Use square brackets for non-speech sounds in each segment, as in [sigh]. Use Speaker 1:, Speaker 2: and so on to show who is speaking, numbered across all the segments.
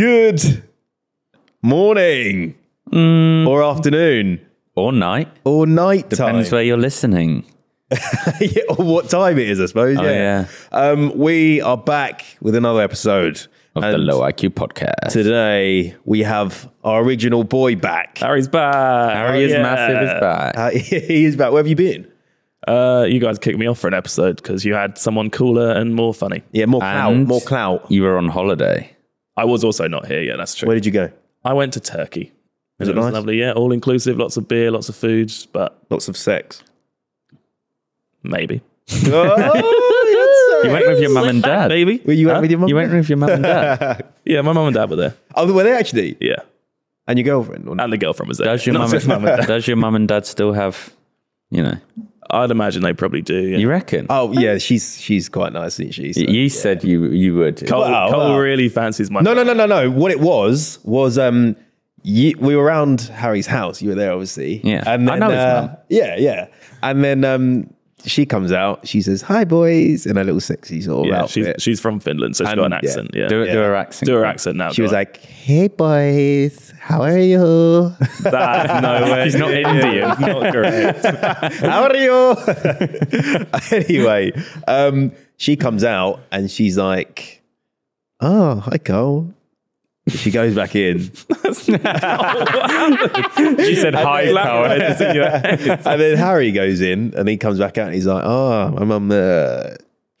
Speaker 1: Good morning or afternoon
Speaker 2: or night.
Speaker 1: Mm. or night time
Speaker 2: Depends where you're listening. Oh,
Speaker 1: yeah, [laughs] or what time it is, I suppose. Oh, yeah. Um, we are back with another episode
Speaker 2: Of the Low IQ podcast.
Speaker 1: Today we have our original boy back.
Speaker 3: Harry's back. Oh,
Speaker 2: Harry is massive is back.
Speaker 1: Uh, [laughs] he is back. Where have you been?
Speaker 3: Uh, you guys kicked me off for an episode because you had someone cooler and more funny.
Speaker 1: Yeah, more clout.
Speaker 2: And-
Speaker 1: More clout.
Speaker 2: You were on holiday.
Speaker 3: I was also not here. Yeah, that's true.
Speaker 1: Where did you go?
Speaker 3: I went to Turkey.
Speaker 1: Was it
Speaker 3: And it, was
Speaker 1: nice?
Speaker 3: lovely. Yeah, all inclusive, lots of beer, lots of foods, but
Speaker 1: Lots of [laughs] sex.
Speaker 3: maybe.
Speaker 1: Oh,
Speaker 2: You went with your mum and dad.
Speaker 3: Maybe.
Speaker 1: Were you out with your mum?
Speaker 2: You went with your mum and dad.
Speaker 3: Yeah, my mum and dad were there.
Speaker 1: Oh, were they actually?
Speaker 3: Yeah.
Speaker 1: And your girlfriend? Or not?
Speaker 3: And the girlfriend was there.
Speaker 2: Does your
Speaker 3: [laughs] Not
Speaker 2: mum
Speaker 3: just
Speaker 2: and, does your mum and dad still have? You know.
Speaker 3: I'd imagine they probably do. Yeah.
Speaker 2: You reckon?
Speaker 1: Oh, yeah. She's she's quite nice, isn't she? So-
Speaker 2: you said you you would.
Speaker 3: Cole,
Speaker 1: Wow,
Speaker 3: Cole
Speaker 1: wow.
Speaker 3: really fancies my
Speaker 1: No, no, no, no, no. What it was was um, ye we were around Harry's house. You were there, obviously.
Speaker 2: Yeah.
Speaker 1: and
Speaker 2: I
Speaker 1: then,
Speaker 2: know his
Speaker 1: uh,
Speaker 2: mum.
Speaker 1: Yeah, yeah. And then um, she comes out. She says, "Hi, boys," in a little sexy sort of
Speaker 3: Yeah, she's,
Speaker 1: outfit.
Speaker 3: she's from Finland, so she's
Speaker 1: And-
Speaker 3: got an
Speaker 1: yeah.
Speaker 3: accent. Yeah.
Speaker 2: Do,
Speaker 3: Do,
Speaker 2: do her accent.
Speaker 3: her accent now.
Speaker 1: She was
Speaker 3: guys.
Speaker 1: like, "Hey, boys, how are
Speaker 2: [laughs]
Speaker 1: you?
Speaker 3: that, [laughs] no way.
Speaker 2: She's not
Speaker 3: [laughs] Indian. not correct.
Speaker 1: how are you?" [laughs] anyway, um, she comes out and she's like, "Oh, hi, Cole." She goes back in.
Speaker 2: She said hi, [laughs]
Speaker 1: and then Harry goes in and he comes back out and he's like, oh, my mum uh,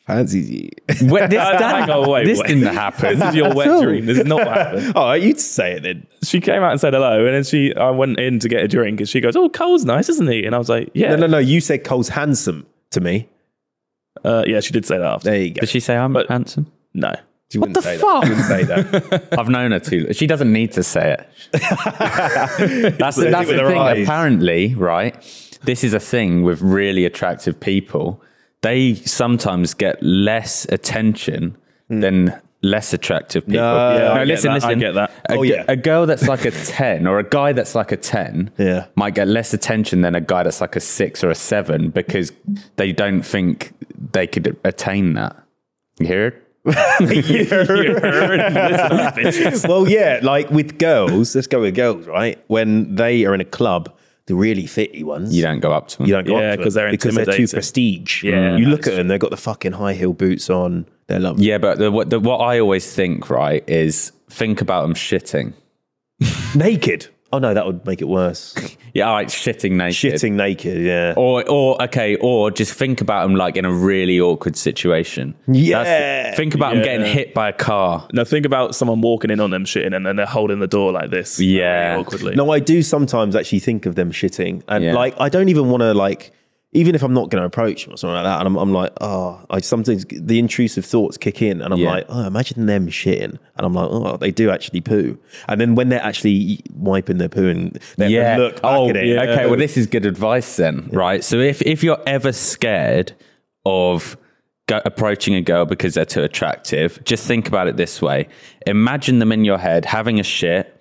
Speaker 1: fancies you. [laughs]
Speaker 2: Wait, this
Speaker 3: [laughs] Hang on, wait,
Speaker 2: this
Speaker 3: wait.
Speaker 2: didn't happen.
Speaker 3: This is your wet dream. This is not what happened.
Speaker 1: oh, you'd say it then.
Speaker 3: [laughs] she came out and said hello, and then she I went in to get a drink, and she goes, "Oh, Cole's nice, isn't he?" And I was like, "Yeah,
Speaker 1: No, no, no. You said Cole's handsome to me.
Speaker 3: Uh, yeah." She did say that after.
Speaker 1: There you go.
Speaker 2: Did she say I'm handsome?
Speaker 1: [laughs]
Speaker 3: No, [laughs]
Speaker 1: You wouldn't
Speaker 2: the
Speaker 1: say
Speaker 2: fuck?
Speaker 1: That. You wouldn't say that.
Speaker 2: I've known her too. She doesn't need to say
Speaker 1: [laughs]
Speaker 2: it. that's
Speaker 1: Says it
Speaker 2: that's
Speaker 1: with
Speaker 2: the
Speaker 1: her
Speaker 2: thing.
Speaker 1: eyes.
Speaker 2: Apparently, right? This is a thing with really attractive people. They sometimes get less attention than less attractive people.
Speaker 1: Hmm. No, Yeah, I
Speaker 2: no
Speaker 3: get
Speaker 2: listen,
Speaker 3: that, I
Speaker 2: listen.
Speaker 3: get that.
Speaker 2: A,
Speaker 1: Oh,
Speaker 2: g-
Speaker 1: yeah.
Speaker 2: a girl that's like a 10 or a guy that's like a 10
Speaker 1: Yeah.
Speaker 2: might get less attention than a guy that's like a 6 or a 7 because they don't think they could attain that. You hear
Speaker 1: [laughs]
Speaker 2: it?
Speaker 1: well, yeah, like with girls, let's go with girls, right? When they are in a club, the really fitty ones.
Speaker 2: You don't go up to them.
Speaker 1: You don't go
Speaker 3: Yeah,
Speaker 1: up to
Speaker 3: 'cause
Speaker 1: them
Speaker 3: they're
Speaker 1: because they're too
Speaker 3: intimidating.
Speaker 1: prestige.
Speaker 3: Yeah,
Speaker 1: you
Speaker 3: that
Speaker 1: look at them; they've got the fucking high heel boots on. They're lovely.
Speaker 2: Yeah, but the, what, the, what I always think, right, is think about them shitting.
Speaker 1: naked. Oh no, that would make it
Speaker 3: [laughs]
Speaker 1: worse.
Speaker 2: Yeah, all right, shitting naked.
Speaker 1: Shitting naked. Yeah.
Speaker 2: Or, or okay, or just think about them like in a really awkward situation.
Speaker 1: Yeah.
Speaker 2: think about them
Speaker 3: Yeah.
Speaker 2: getting hit by a car.
Speaker 3: no. Think about someone walking in on them shitting, and then they're holding the door like this, really
Speaker 2: Yeah.
Speaker 3: awkwardly.
Speaker 1: No, I do sometimes actually think of them shitting, and
Speaker 2: Yeah.
Speaker 1: like I don't even want to like, even if I'm not going to approach them or something like that, and I'm, I'm like, oh, I sometimes the intrusive thoughts kick in, and I'm
Speaker 2: Yeah.
Speaker 1: like, oh, imagine them shitting, and I'm like, oh, they do actually poo, and then when they're actually wiping their poo and they
Speaker 2: Yeah.
Speaker 1: yeah. look back
Speaker 2: oh,
Speaker 1: at it,
Speaker 2: yeah. okay. Well, this is good advice then, right? So if if you're ever scared of go, approaching a girl because they're too attractive, just think about it this way: imagine them in your head having a shit.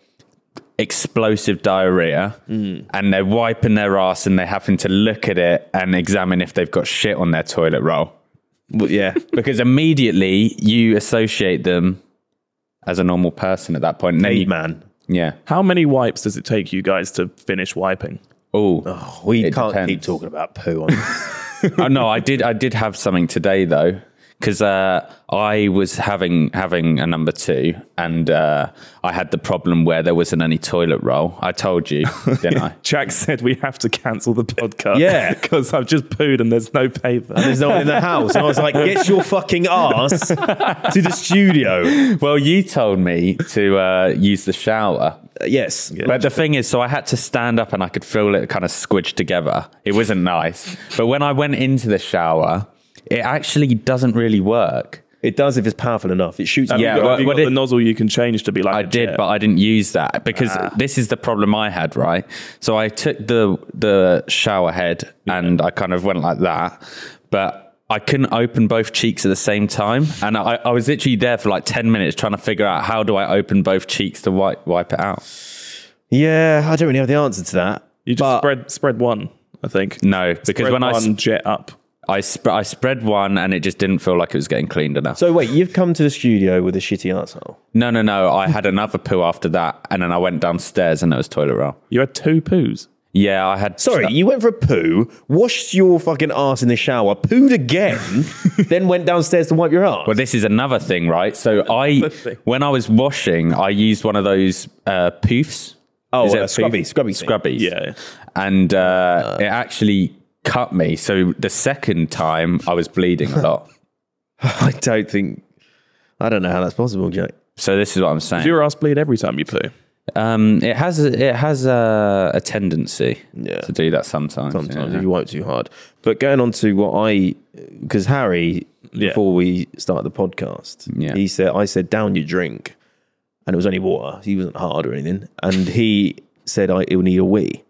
Speaker 2: Explosive diarrhea, and they're wiping their ass and they're having to look at it and examine if they've got shit on their toilet roll
Speaker 1: Well, yeah, [laughs]
Speaker 2: because immediately you associate them as a normal person at that point. And then
Speaker 1: eight
Speaker 2: you,
Speaker 1: man,
Speaker 2: yeah.
Speaker 3: How many wipes does it take you guys to finish wiping?
Speaker 2: Oh,
Speaker 1: we
Speaker 2: It
Speaker 1: can't keep
Speaker 2: depends.
Speaker 1: talking about poo. On [laughs]
Speaker 2: oh no, I did. I did have something today though, because uh, I was having having a number two, and uh, I had the problem where there wasn't any toilet roll. I told you, didn't I?
Speaker 3: Jack [laughs] said we have to cancel the podcast. [laughs]
Speaker 1: Yeah.
Speaker 3: because I've just pooed and there's no paper.
Speaker 1: There's no one in the house, and I was like, get your fucking ass to the
Speaker 2: [laughs]
Speaker 1: studio.
Speaker 2: Well, you told me to uh, use the shower.
Speaker 1: yes,
Speaker 2: But the thing is, so I had to stand up and I could feel it kind of squidged together. It wasn't nice. But when I went into the shower, it actually doesn't really work.
Speaker 1: it does if it's powerful enough. It shoots.
Speaker 2: Yeah,
Speaker 3: Have you
Speaker 2: well,
Speaker 3: got, have you
Speaker 2: well,
Speaker 3: got
Speaker 2: it-
Speaker 3: the nozzle you can change to be like
Speaker 2: I
Speaker 3: a
Speaker 2: did,
Speaker 3: jet?
Speaker 2: but I didn't use that because
Speaker 1: Ah.
Speaker 2: this is the problem I had, right? So I took the the shower head and I kind of went like that, but I couldn't open both cheeks at the same time, and I, I was literally there for like ten minutes trying to figure out how do I open both cheeks to wipe wipe it out.
Speaker 1: Yeah, I don't really have the answer to that.
Speaker 3: you just
Speaker 1: but
Speaker 3: spread spread one. I think
Speaker 2: No, because
Speaker 3: Spread
Speaker 2: when I
Speaker 3: one
Speaker 2: s-
Speaker 3: jet up.
Speaker 2: I sp- I spread one and it just didn't feel like it was getting cleaned enough.
Speaker 1: So wait, you've come to the studio with a shitty arsehole.
Speaker 2: no, no, no. I had another poo after that, and then I went downstairs and it was toilet roll.
Speaker 3: You had two poos.
Speaker 2: Yeah, I had.
Speaker 1: Sorry, you went for a poo, washed your fucking ass in the shower, pooed again, then went downstairs to wipe your ass.
Speaker 2: Well, this is another thing, right? So I,
Speaker 3: thing.
Speaker 2: when I was washing, I used one of those uh, poofs.
Speaker 1: Oh,
Speaker 2: Is it
Speaker 1: uh,
Speaker 2: a poof?
Speaker 1: scrubby, scrubby thing.
Speaker 2: [laughs] scrubbies.
Speaker 3: Yeah.
Speaker 2: and uh, it actually cut me. So the second time, I was bleeding a lot.
Speaker 1: I don't think. I don't know how that's possible, Jack.
Speaker 2: So this is what I'm saying.
Speaker 3: Do your ass bleed every time you poo?
Speaker 2: Um, it has it has a, a tendency
Speaker 1: Yeah.
Speaker 2: to do that sometimes.
Speaker 1: Sometimes
Speaker 2: yeah.
Speaker 1: if you wipe too hard. But going on to what I, because Harry,
Speaker 3: Yeah.
Speaker 1: before we started the podcast,
Speaker 2: Yeah.
Speaker 1: he said, I said, down your drink. And it was only water. He wasn't hard or anything. And he said, I, it will need a wee.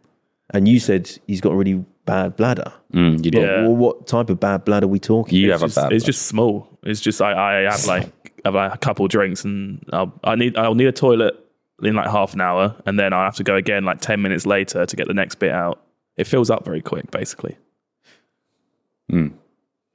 Speaker 1: And you said, he's got a really bad bladder.
Speaker 2: Mm, you do.
Speaker 3: Yeah.
Speaker 1: Well, what type of bad bladder are we talking?
Speaker 2: You
Speaker 1: about?
Speaker 2: have a
Speaker 3: It's,
Speaker 2: bad.
Speaker 3: it's just small. It's just I, I have like have like a couple drinks and I'll I need I'll need a toilet in like half an hour and then I'll have to go again like ten minutes later to get the next bit out. It fills up very quick, basically.
Speaker 2: Hmm.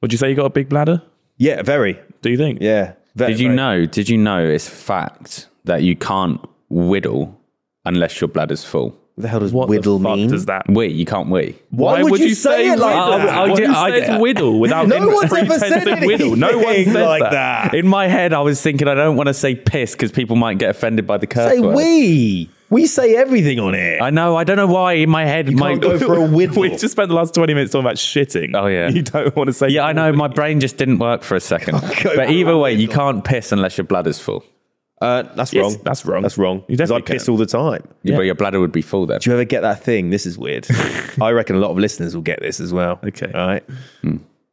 Speaker 3: Would you say you got a big bladder?
Speaker 1: Yeah, very.
Speaker 3: Do you think?
Speaker 1: Yeah. Very,
Speaker 2: Did you
Speaker 1: very.
Speaker 2: know? Did you know it's fact that you can't whittle unless your bladder's full?
Speaker 1: What the hell does
Speaker 3: What
Speaker 1: whittle
Speaker 3: the fuck
Speaker 1: mean?
Speaker 3: does that?
Speaker 2: Wee, you can't wee.
Speaker 1: Why would you say it like
Speaker 3: whittle?
Speaker 1: that? I-
Speaker 2: I
Speaker 3: Why
Speaker 2: did-
Speaker 3: would you
Speaker 2: I-
Speaker 3: say it's whittle without
Speaker 1: No
Speaker 3: in-
Speaker 2: [laughs]
Speaker 1: one's ever said
Speaker 3: pretense of whittle? No one
Speaker 1: anything
Speaker 3: said
Speaker 1: like
Speaker 3: that.
Speaker 1: that.
Speaker 2: In my head, I was thinking I don't want to say piss because people might get offended by the curse
Speaker 1: Say
Speaker 2: word.
Speaker 1: we. We say everything on it.
Speaker 2: I know. I don't know why. In my head, my
Speaker 1: can't go
Speaker 2: [laughs]
Speaker 1: for a whittle.
Speaker 3: We just spent the last twenty minutes talking about shitting.
Speaker 2: Oh, yeah.
Speaker 3: [laughs] you don't want to say.
Speaker 2: yeah, I know. My brain just didn't work for
Speaker 1: [laughs]
Speaker 2: a second.
Speaker 1: go
Speaker 2: But
Speaker 1: for
Speaker 2: either way, you can't piss unless your bladder's full.
Speaker 1: Uh, that's
Speaker 3: Yes,
Speaker 1: wrong.
Speaker 3: that's wrong.
Speaker 1: That's wrong.
Speaker 3: You
Speaker 1: Because I
Speaker 3: definitely
Speaker 1: piss
Speaker 3: can.
Speaker 1: all the time.
Speaker 2: But your bladder would be full then.
Speaker 1: Do you ever get that thing? This is
Speaker 3: [laughs]
Speaker 1: weird. I reckon a lot of listeners will get this as well.
Speaker 3: Okay.
Speaker 1: All right.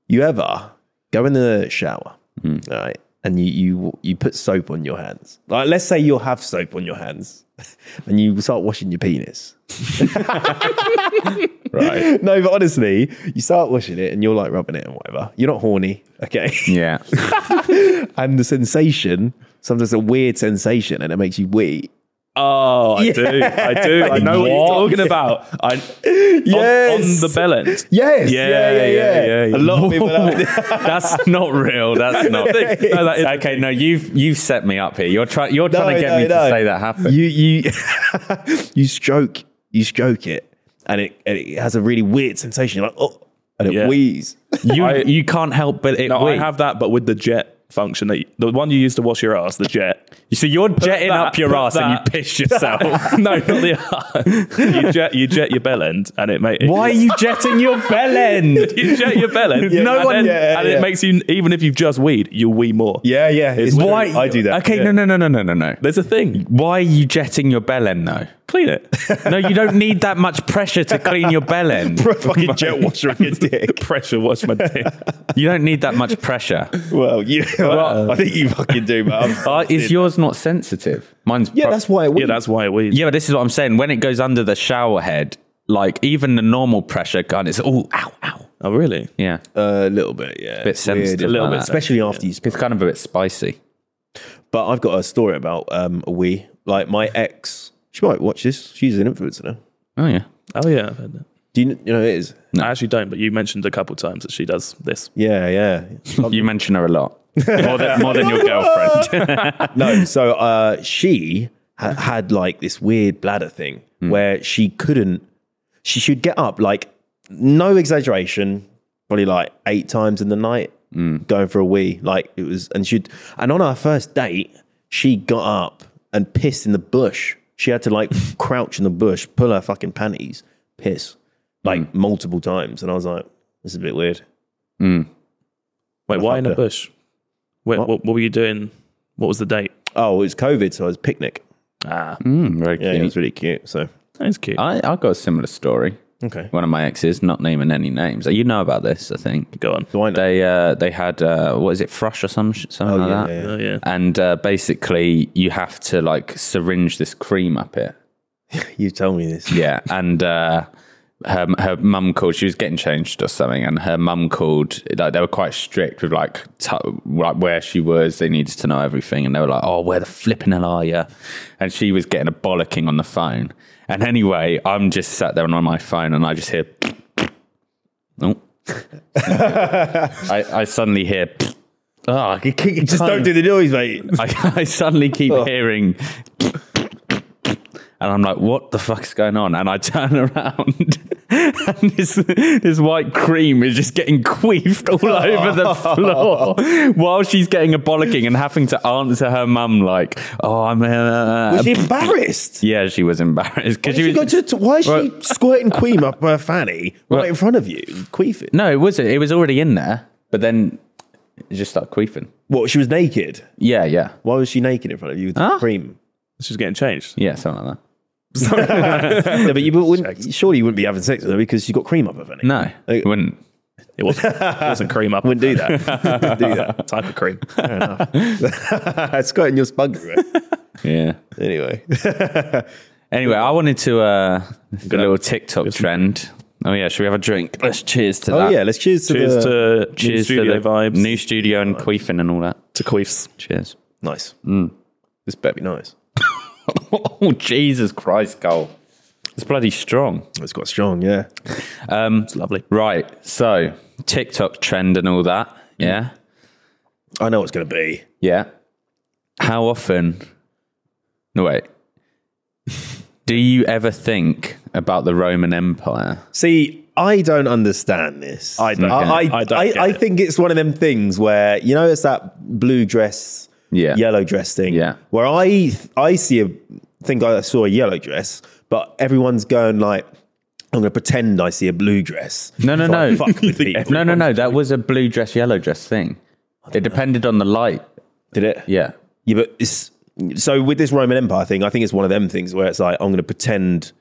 Speaker 1: You ever go in the shower, all right, and you, you you put soap on your hands. Like, let's say you'll have soap on your hands, [laughs] and you start washing your
Speaker 3: [laughs]
Speaker 1: penis.
Speaker 2: Right.
Speaker 1: [laughs] No, but honestly, you start washing it, and you're like rubbing it and whatever. You're not horny, okay? [laughs]
Speaker 2: Yeah.
Speaker 1: and the sensation, sometimes a weird sensation, and it makes you wee.
Speaker 3: Oh, [laughs] I do. I do. I know what, you're talking about. I, on, on
Speaker 1: Yes.
Speaker 3: the bell end. [laughs]
Speaker 1: Yes.
Speaker 3: Yeah, yeah, yeah, yeah.
Speaker 1: A lot of
Speaker 2: [laughs]
Speaker 1: people. Have-
Speaker 2: That's not real. That's
Speaker 1: [laughs]
Speaker 2: [laughs] not.
Speaker 1: No,
Speaker 3: that is-
Speaker 2: okay, no, you've you've set me up here. You're trying you're trying to get me to say that happened.
Speaker 1: You you [laughs] you stroke you stroke it, and it and it has a really weird sensation. You're like oh, and it
Speaker 3: Yeah.
Speaker 1: wheezes.
Speaker 2: You,
Speaker 3: I-
Speaker 2: you can't help but it.
Speaker 3: No,
Speaker 2: wait.
Speaker 3: I have that, but with the jet function, that the one you use to wash your ass, the jet.
Speaker 2: so you're jetting
Speaker 3: that-
Speaker 2: up your
Speaker 3: put
Speaker 2: ass and
Speaker 3: that-
Speaker 2: you
Speaker 3: [laughs]
Speaker 2: piss yourself.
Speaker 3: no, not the ass. You jet, you jet your bell end, and it makes
Speaker 2: Why are
Speaker 3: [laughs]
Speaker 2: you jetting your bell end?
Speaker 3: You jet your bell
Speaker 2: [laughs]
Speaker 3: end.
Speaker 1: Yeah,
Speaker 3: no
Speaker 1: and
Speaker 3: one,
Speaker 1: then- yeah,
Speaker 3: and
Speaker 1: yeah.
Speaker 3: it makes you even if you've just weed, you'll wee more.
Speaker 1: Yeah, yeah. It's
Speaker 3: It's
Speaker 1: why
Speaker 3: true.
Speaker 1: I do that. [laughs]
Speaker 2: Okay, no, no, no, no, no, no, no.
Speaker 3: there's a thing.
Speaker 2: Why are you jetting your bell end though?
Speaker 3: Clean it.
Speaker 2: [laughs]
Speaker 3: [laughs]
Speaker 2: No, you don't need that much pressure to clean your bell
Speaker 3: [laughs]
Speaker 2: end. [laughs]
Speaker 1: Put a fucking jet washer on your dick.
Speaker 3: Pressure wash my [laughs] dick.
Speaker 2: You don't need that much pressure.
Speaker 1: Well, you. I think you fucking do, but
Speaker 3: [laughs]
Speaker 1: I'm- [laughs]
Speaker 2: Uh, is yours not sensitive? Mine's
Speaker 1: yeah,
Speaker 2: pro-
Speaker 1: that's why. It
Speaker 3: yeah, that's why I
Speaker 2: [laughs]
Speaker 3: weed.
Speaker 2: Yeah, but this is what I'm saying. When it goes under the shower head, like even the normal pressure gun is oh ow ow.
Speaker 3: Oh, really?
Speaker 2: Yeah.
Speaker 1: a little bit. Yeah,
Speaker 2: bit sensitive.
Speaker 1: Weird.
Speaker 2: like
Speaker 3: little bit
Speaker 2: that.
Speaker 1: especially after you.
Speaker 2: It's kind of a bit spicy.
Speaker 1: But I've got a story about um, a wee. Like my ex, she might watch this. She's an influencer now.
Speaker 2: Oh yeah.
Speaker 3: Oh, yeah. I've heard that.
Speaker 1: Do you, kn- you know who it is?
Speaker 3: I actually don't, but you mentioned a couple times that she does this.
Speaker 1: Yeah, yeah.
Speaker 2: You mention her a lot. More than,
Speaker 1: [laughs]
Speaker 2: more than your girlfriend.
Speaker 1: no, so uh, she ha- had like this weird bladder thing where she couldn't. She should get up like no exaggeration, probably like eight times in the night, going for a wee. Like it was, and she'd and on our first date, she got up and pissed in the bush. She had to like crouch in the bush, pull her fucking panties, piss like multiple times, and I was like, "This is a bit weird."
Speaker 3: Wait, why in a
Speaker 1: fucker.
Speaker 3: bush? Wait, what? What, were you doing? What was the date?
Speaker 1: Oh, it was COVID, so it was a picnic.
Speaker 3: Ah,
Speaker 2: [laughs] Mm, very
Speaker 1: Yeah, it
Speaker 2: cute.
Speaker 1: was really cute. So
Speaker 3: that's cute.
Speaker 2: I, I got a similar story.
Speaker 1: okay,
Speaker 2: One of my exes, not naming any names. You know about this, I think.
Speaker 3: Go on.
Speaker 1: do I know?
Speaker 2: They uh, they had uh, what is it, thrush or some sh- something like
Speaker 1: yeah,
Speaker 2: that.
Speaker 1: yeah, yeah.
Speaker 3: Oh yeah.
Speaker 2: And uh, basically, you have to like syringe this cream up it.
Speaker 1: You tell me this.
Speaker 2: Yeah, and uh, her her mum called. She was getting changed or something, and her mum called. Like they were quite strict with like t- like where she was. They needed to know everything, and they were like, "Oh, where the flipping hell are you?" And she was getting a bollocking on the phone. And anyway, I'm just sat there on my phone, and I just hear, oh, [laughs] I, I suddenly hear. [laughs] Oh, you, keep- you
Speaker 1: Just
Speaker 2: can't-
Speaker 1: don't do the noise, mate.
Speaker 2: [laughs] I, I suddenly keep
Speaker 1: Oh.
Speaker 2: hearing, and I'm like, "What the fuck's going on?" And I turn [laughs] around, and this this white cream is just getting queefed
Speaker 1: [laughs]
Speaker 2: all over the floor while she's getting a bollocking and having to answer her mum like, "Oh, I'm." Uh,
Speaker 1: Was she embarrassed?
Speaker 2: yeah, she was embarrassed because
Speaker 1: She
Speaker 2: she was.
Speaker 1: got to- to- why is she [laughs]
Speaker 2: Well-
Speaker 1: squirting queen up her fanny right
Speaker 2: Well-
Speaker 1: in front of you, queefing?
Speaker 2: no, it wasn't. It was already in there, but then it just started queefing.
Speaker 1: What? She was naked.
Speaker 2: Yeah, yeah,
Speaker 1: Why was she naked in front of you with
Speaker 2: Huh?
Speaker 1: cream?
Speaker 3: She's getting changed.
Speaker 2: yeah, something like that.
Speaker 1: [laughs] no, but you wouldn't. Surely you wouldn't be having sex with her because she got cream up her fanny.
Speaker 2: No,
Speaker 1: Like-
Speaker 2: wouldn't.
Speaker 3: It [laughs] wasn't, it wasn't cream up.
Speaker 1: wouldn't do [laughs] that. Wouldn't do that.
Speaker 3: type of [laughs] cream.
Speaker 1: [laughs] Squirting your spunk. [laughs] right?
Speaker 2: Yeah.
Speaker 1: Anyway,
Speaker 2: Anyway, I wanted to uh, a little TikTok trend. Oh yeah, should we have a drink? Let's cheers to
Speaker 1: oh
Speaker 2: that.
Speaker 1: yeah, let's cheers to
Speaker 3: Cheers
Speaker 1: the
Speaker 3: to new
Speaker 2: cheers
Speaker 3: studio
Speaker 2: to the
Speaker 3: vibes.
Speaker 2: new studio and queefing and all that.
Speaker 3: to queefs.
Speaker 2: Cheers. [laughs]
Speaker 1: nice. This better be nice.
Speaker 2: oh Jesus Christ, Cole, it's bloody strong.
Speaker 1: It's quite strong. Yeah.
Speaker 3: It's lovely.
Speaker 2: Right, so TikTok trend and all
Speaker 3: Mm.
Speaker 2: that. Yeah,
Speaker 1: I know what it's going to be.
Speaker 2: yeah. How often? No wait. [laughs] Do you ever think about the Roman Empire?
Speaker 1: See, I don't understand this.
Speaker 3: I don't
Speaker 1: I,
Speaker 3: get it. I don't get
Speaker 1: I
Speaker 3: it.
Speaker 1: think it's one of them things where you know it's that blue dress,
Speaker 2: Yeah.
Speaker 1: yellow dress thing.
Speaker 2: Yeah.
Speaker 1: Where I I see a think I saw a yellow dress, but everyone's going like, I'm going to pretend I see a blue dress.
Speaker 2: No, no,
Speaker 1: Try and
Speaker 2: no.
Speaker 1: Fuck
Speaker 2: [laughs]
Speaker 1: with people.
Speaker 2: No, no, no. That was a blue dress, yellow dress thing. It depended on the light.
Speaker 1: Did it?
Speaker 2: Yeah.
Speaker 1: Yeah, but it's so with this Roman Empire thing, I think it's one of them things where it's like I'm going to pretend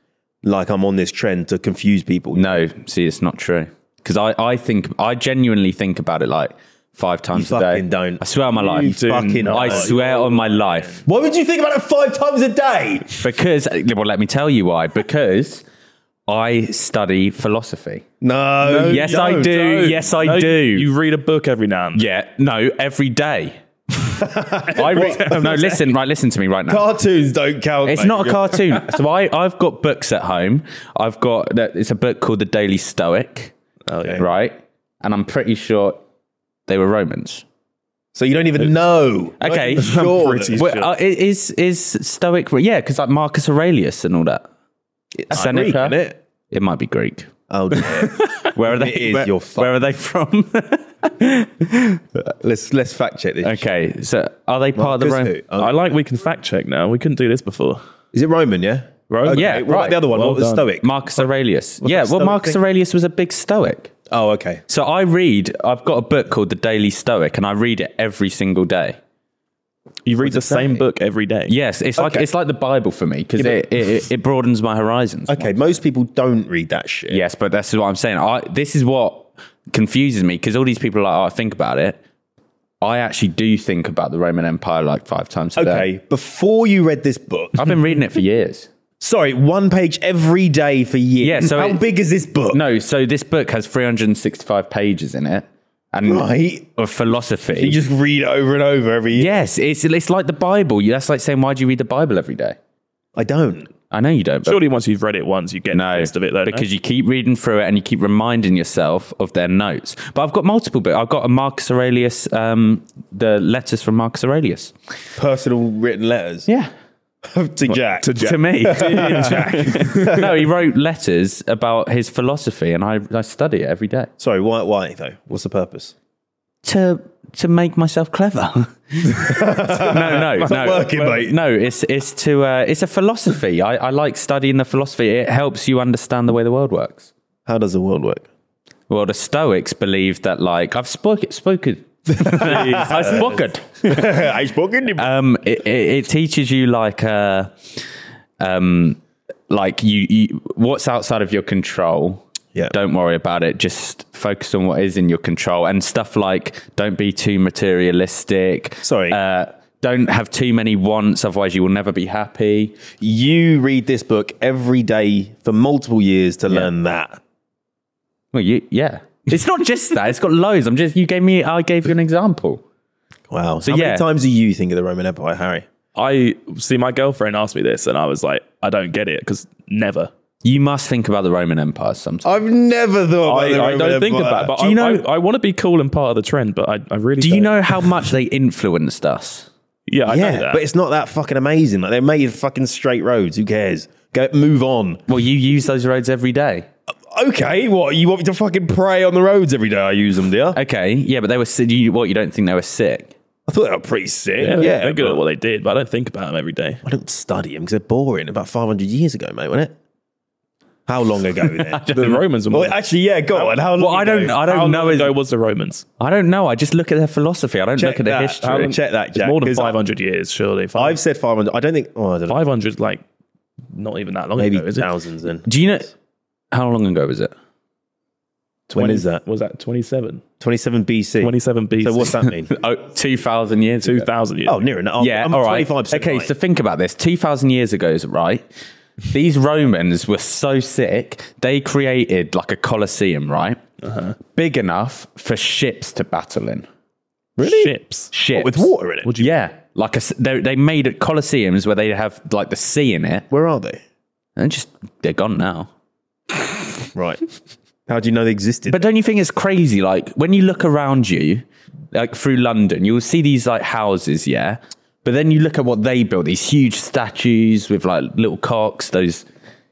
Speaker 1: like I'm on this trend to confuse people.
Speaker 2: No, see, it's not true. Because I, I think, I genuinely think about it like five times a day.
Speaker 1: fucking don't.
Speaker 2: I swear on my
Speaker 1: You
Speaker 2: life.
Speaker 1: do Fucking not.
Speaker 2: I swear on my life.
Speaker 1: Why would you think about it five times a day?
Speaker 2: Because, well, let me tell you why. Because I study philosophy.
Speaker 1: No.
Speaker 2: yes,
Speaker 1: you
Speaker 2: I
Speaker 1: don't.
Speaker 2: do.
Speaker 3: No,
Speaker 2: Yes, I
Speaker 3: no,
Speaker 2: do.
Speaker 3: You read a book every now and then.
Speaker 2: yeah, no, every
Speaker 1: [laughs]
Speaker 2: day. I re- no, listen, right, listen to me right now.
Speaker 1: Cartoons don't count.
Speaker 2: It's
Speaker 1: mate.
Speaker 2: not
Speaker 1: [laughs]
Speaker 2: a cartoon. so I, I've got books at home. I've got that- it's a book called The Daily Stoic,
Speaker 1: Okay.
Speaker 2: right? And I'm pretty sure they were Romans.
Speaker 1: So you don't even know.
Speaker 2: Okay.
Speaker 1: Not even sure.
Speaker 3: pretty
Speaker 1: that-
Speaker 3: sure.
Speaker 2: Well, uh, i- is is Stoic? Yeah, because like Marcus Aurelius and all that.
Speaker 1: It's
Speaker 2: Seneca.
Speaker 1: Greek, isn't it?
Speaker 2: It might be Greek.
Speaker 1: Oh, dear.
Speaker 2: [laughs] Where are they?
Speaker 1: is,
Speaker 2: where,
Speaker 1: you're fucked.
Speaker 2: where are
Speaker 1: [laughs]
Speaker 2: they from?
Speaker 1: let's let's fact check this.
Speaker 2: okay, so are they part of the
Speaker 1: Because
Speaker 2: Roman?
Speaker 1: who? Oh,
Speaker 3: I like we can fact check now. We couldn't do this before.
Speaker 1: is it Roman? Yeah.
Speaker 3: Roman?
Speaker 1: Okay,
Speaker 2: Oh, Yeah,
Speaker 1: What about
Speaker 2: right.
Speaker 1: the other one?
Speaker 3: Well
Speaker 1: what was
Speaker 3: done.
Speaker 1: Stoic?
Speaker 2: Marcus Aurelius.
Speaker 1: that
Speaker 2: Yeah, well,
Speaker 1: Stoic
Speaker 2: Marcus
Speaker 1: thing?
Speaker 2: Aurelius was a big Stoic.
Speaker 1: oh, okay.
Speaker 2: So I read. I've got a book called The Daily Stoic, and I read it every single day.
Speaker 3: You read the same
Speaker 1: say?
Speaker 3: book every day.
Speaker 2: Yes, it's like
Speaker 1: Okay.
Speaker 2: it's like the Bible for me because
Speaker 1: Yeah,
Speaker 2: it, it it broadens my horizons.
Speaker 1: Okay. Most people don't read that shit.
Speaker 2: Yes, but that's what I'm saying. I this is what confuses me because all these people are like, oh, I think about it. I actually do think about the Roman Empire like five times a day.
Speaker 1: Okay. Before you read this
Speaker 2: [laughs]
Speaker 1: book,
Speaker 2: I've been reading it for years.
Speaker 1: sorry, one page every day for years.
Speaker 2: Yeah, so
Speaker 1: how
Speaker 2: it-
Speaker 1: big is this book?
Speaker 2: No, so this book has 365 pages in it, and
Speaker 1: Right.
Speaker 2: of
Speaker 1: You
Speaker 2: philosophy.
Speaker 1: just read it over and over every year.
Speaker 2: yes, it's it's like the Bible. You- That's like saying why do you read the Bible every day?
Speaker 1: I don't.
Speaker 2: I know you don't. But
Speaker 3: Surely once you've read it once, you get the
Speaker 2: No,
Speaker 3: gist of it. Though,
Speaker 2: because you keep reading through it and you keep reminding yourself of their notes. But I've got multiple books. I've got a Marcus Aurelius, um, the letters from Marcus Aurelius.
Speaker 1: Personal written letters
Speaker 2: Yeah,
Speaker 1: [laughs] to Jack. To
Speaker 2: [laughs] to me. [laughs] no, he wrote letters about his philosophy, and I, I study it every day
Speaker 1: Sorry, why? Why though? What's the purpose?
Speaker 2: to to make myself clever. [laughs] no, no, no,
Speaker 1: working, mate.
Speaker 2: no. It's it's to uh, it's a philosophy. I, I like studying the philosophy. It helps you understand the way the world works.
Speaker 1: How does the world work?
Speaker 2: Well, the Stoics believe that, like, I've spoken,
Speaker 1: [laughs]
Speaker 2: spoken, I've spoken.
Speaker 1: [laughs] I spoke in the
Speaker 2: Um, it, it, it teaches you, like, uh, um, like you, you, what's outside of your control.
Speaker 1: Yeah.
Speaker 2: Don't worry about it. Just focus on what is in your control and stuff like don't be too materialistic.
Speaker 1: Sorry.
Speaker 2: Uh, don't have too many wants, otherwise you will never be happy.
Speaker 1: You read this book every day for multiple years to learn that.
Speaker 2: Well, you, yeah. It's not just that. It's got loads. I'm just. You gave me. I gave you an example.
Speaker 1: Wow. So How
Speaker 2: yeah.
Speaker 1: many times do you think of the Roman Empire, Harry?
Speaker 3: I see my girlfriend asked me this, and I was like, I don't get it because never.
Speaker 2: You must think about the Roman Empire sometimes.
Speaker 1: I've never thought.
Speaker 3: I, I don't think about it, but
Speaker 2: Do
Speaker 3: I,
Speaker 2: you know-
Speaker 3: I, I want to be cool and part of the trend, but I, I really
Speaker 2: Do
Speaker 3: not
Speaker 2: you know how much they influenced us?
Speaker 3: Yeah, I know
Speaker 1: yeah,
Speaker 3: that.
Speaker 1: but it's not that fucking amazing. Like they made fucking straight roads. Who cares? Go move on.
Speaker 2: Well, you use those roads every day.
Speaker 1: Okay, what you want me to fucking pray on the roads every day? I use them, dear. I
Speaker 2: Okay, yeah, but they were sick. You, what? You don't think they were sick?
Speaker 1: thought they were pretty sick.
Speaker 3: yeah,
Speaker 1: Yeah,
Speaker 3: they're good
Speaker 1: but
Speaker 3: at what they did, but I don't think about them every day.
Speaker 1: I don't study them because they're boring. About five hundred years ago, mate, wasn't it? How long [laughs] ago? then?
Speaker 3: The Romans were more.
Speaker 1: well, actually, yeah, go on. How long?
Speaker 2: Well, I don't.
Speaker 1: ago?
Speaker 2: I
Speaker 3: How
Speaker 2: don't know.
Speaker 3: long
Speaker 2: Is,
Speaker 3: ago was the Romans?
Speaker 2: I don't know. I just look at their philosophy. I don't look at their
Speaker 1: that.
Speaker 2: history.
Speaker 1: How long- Check that,
Speaker 3: It's
Speaker 1: Jack.
Speaker 3: more than
Speaker 1: 'cause I-
Speaker 3: 500 years, surely. Five,
Speaker 1: I've said five hundred. I don't think. Oh, I don't know.
Speaker 3: 500 is like not even that long
Speaker 1: Maybe
Speaker 3: ago, is it?
Speaker 1: thousands. Then
Speaker 2: Do you know how long ago was it?
Speaker 3: 20
Speaker 1: is that?
Speaker 3: Was that 27?
Speaker 1: twenty-seven BC.
Speaker 3: 27 BC.
Speaker 1: So what's that mean?
Speaker 2: [laughs]
Speaker 1: [laughs]
Speaker 2: Oh, 2,000 years. ago.
Speaker 3: 2,000 years.
Speaker 1: oh, near enough.
Speaker 2: yeah,
Speaker 1: I'm
Speaker 2: all right.
Speaker 1: Twenty-five.
Speaker 2: Okay, so think about this. 2,000 years ago, is right? These Romans were so sick, they created like a Colosseum, right?
Speaker 1: Uh-huh.
Speaker 2: Big enough for ships to battle in.
Speaker 1: really?
Speaker 3: Ships.
Speaker 2: Ships.
Speaker 1: with water in it.
Speaker 2: yeah. Like a s they, they made it Colosseums where they have like the sea in it.
Speaker 1: Where are they?
Speaker 2: And just, they're gone now.
Speaker 1: Right. How do you know they existed?
Speaker 2: But don't you think it's crazy? Like when you look around you, like through London, you'll see these like houses, yeah. But then you look at what they built, these huge statues with like little cocks, those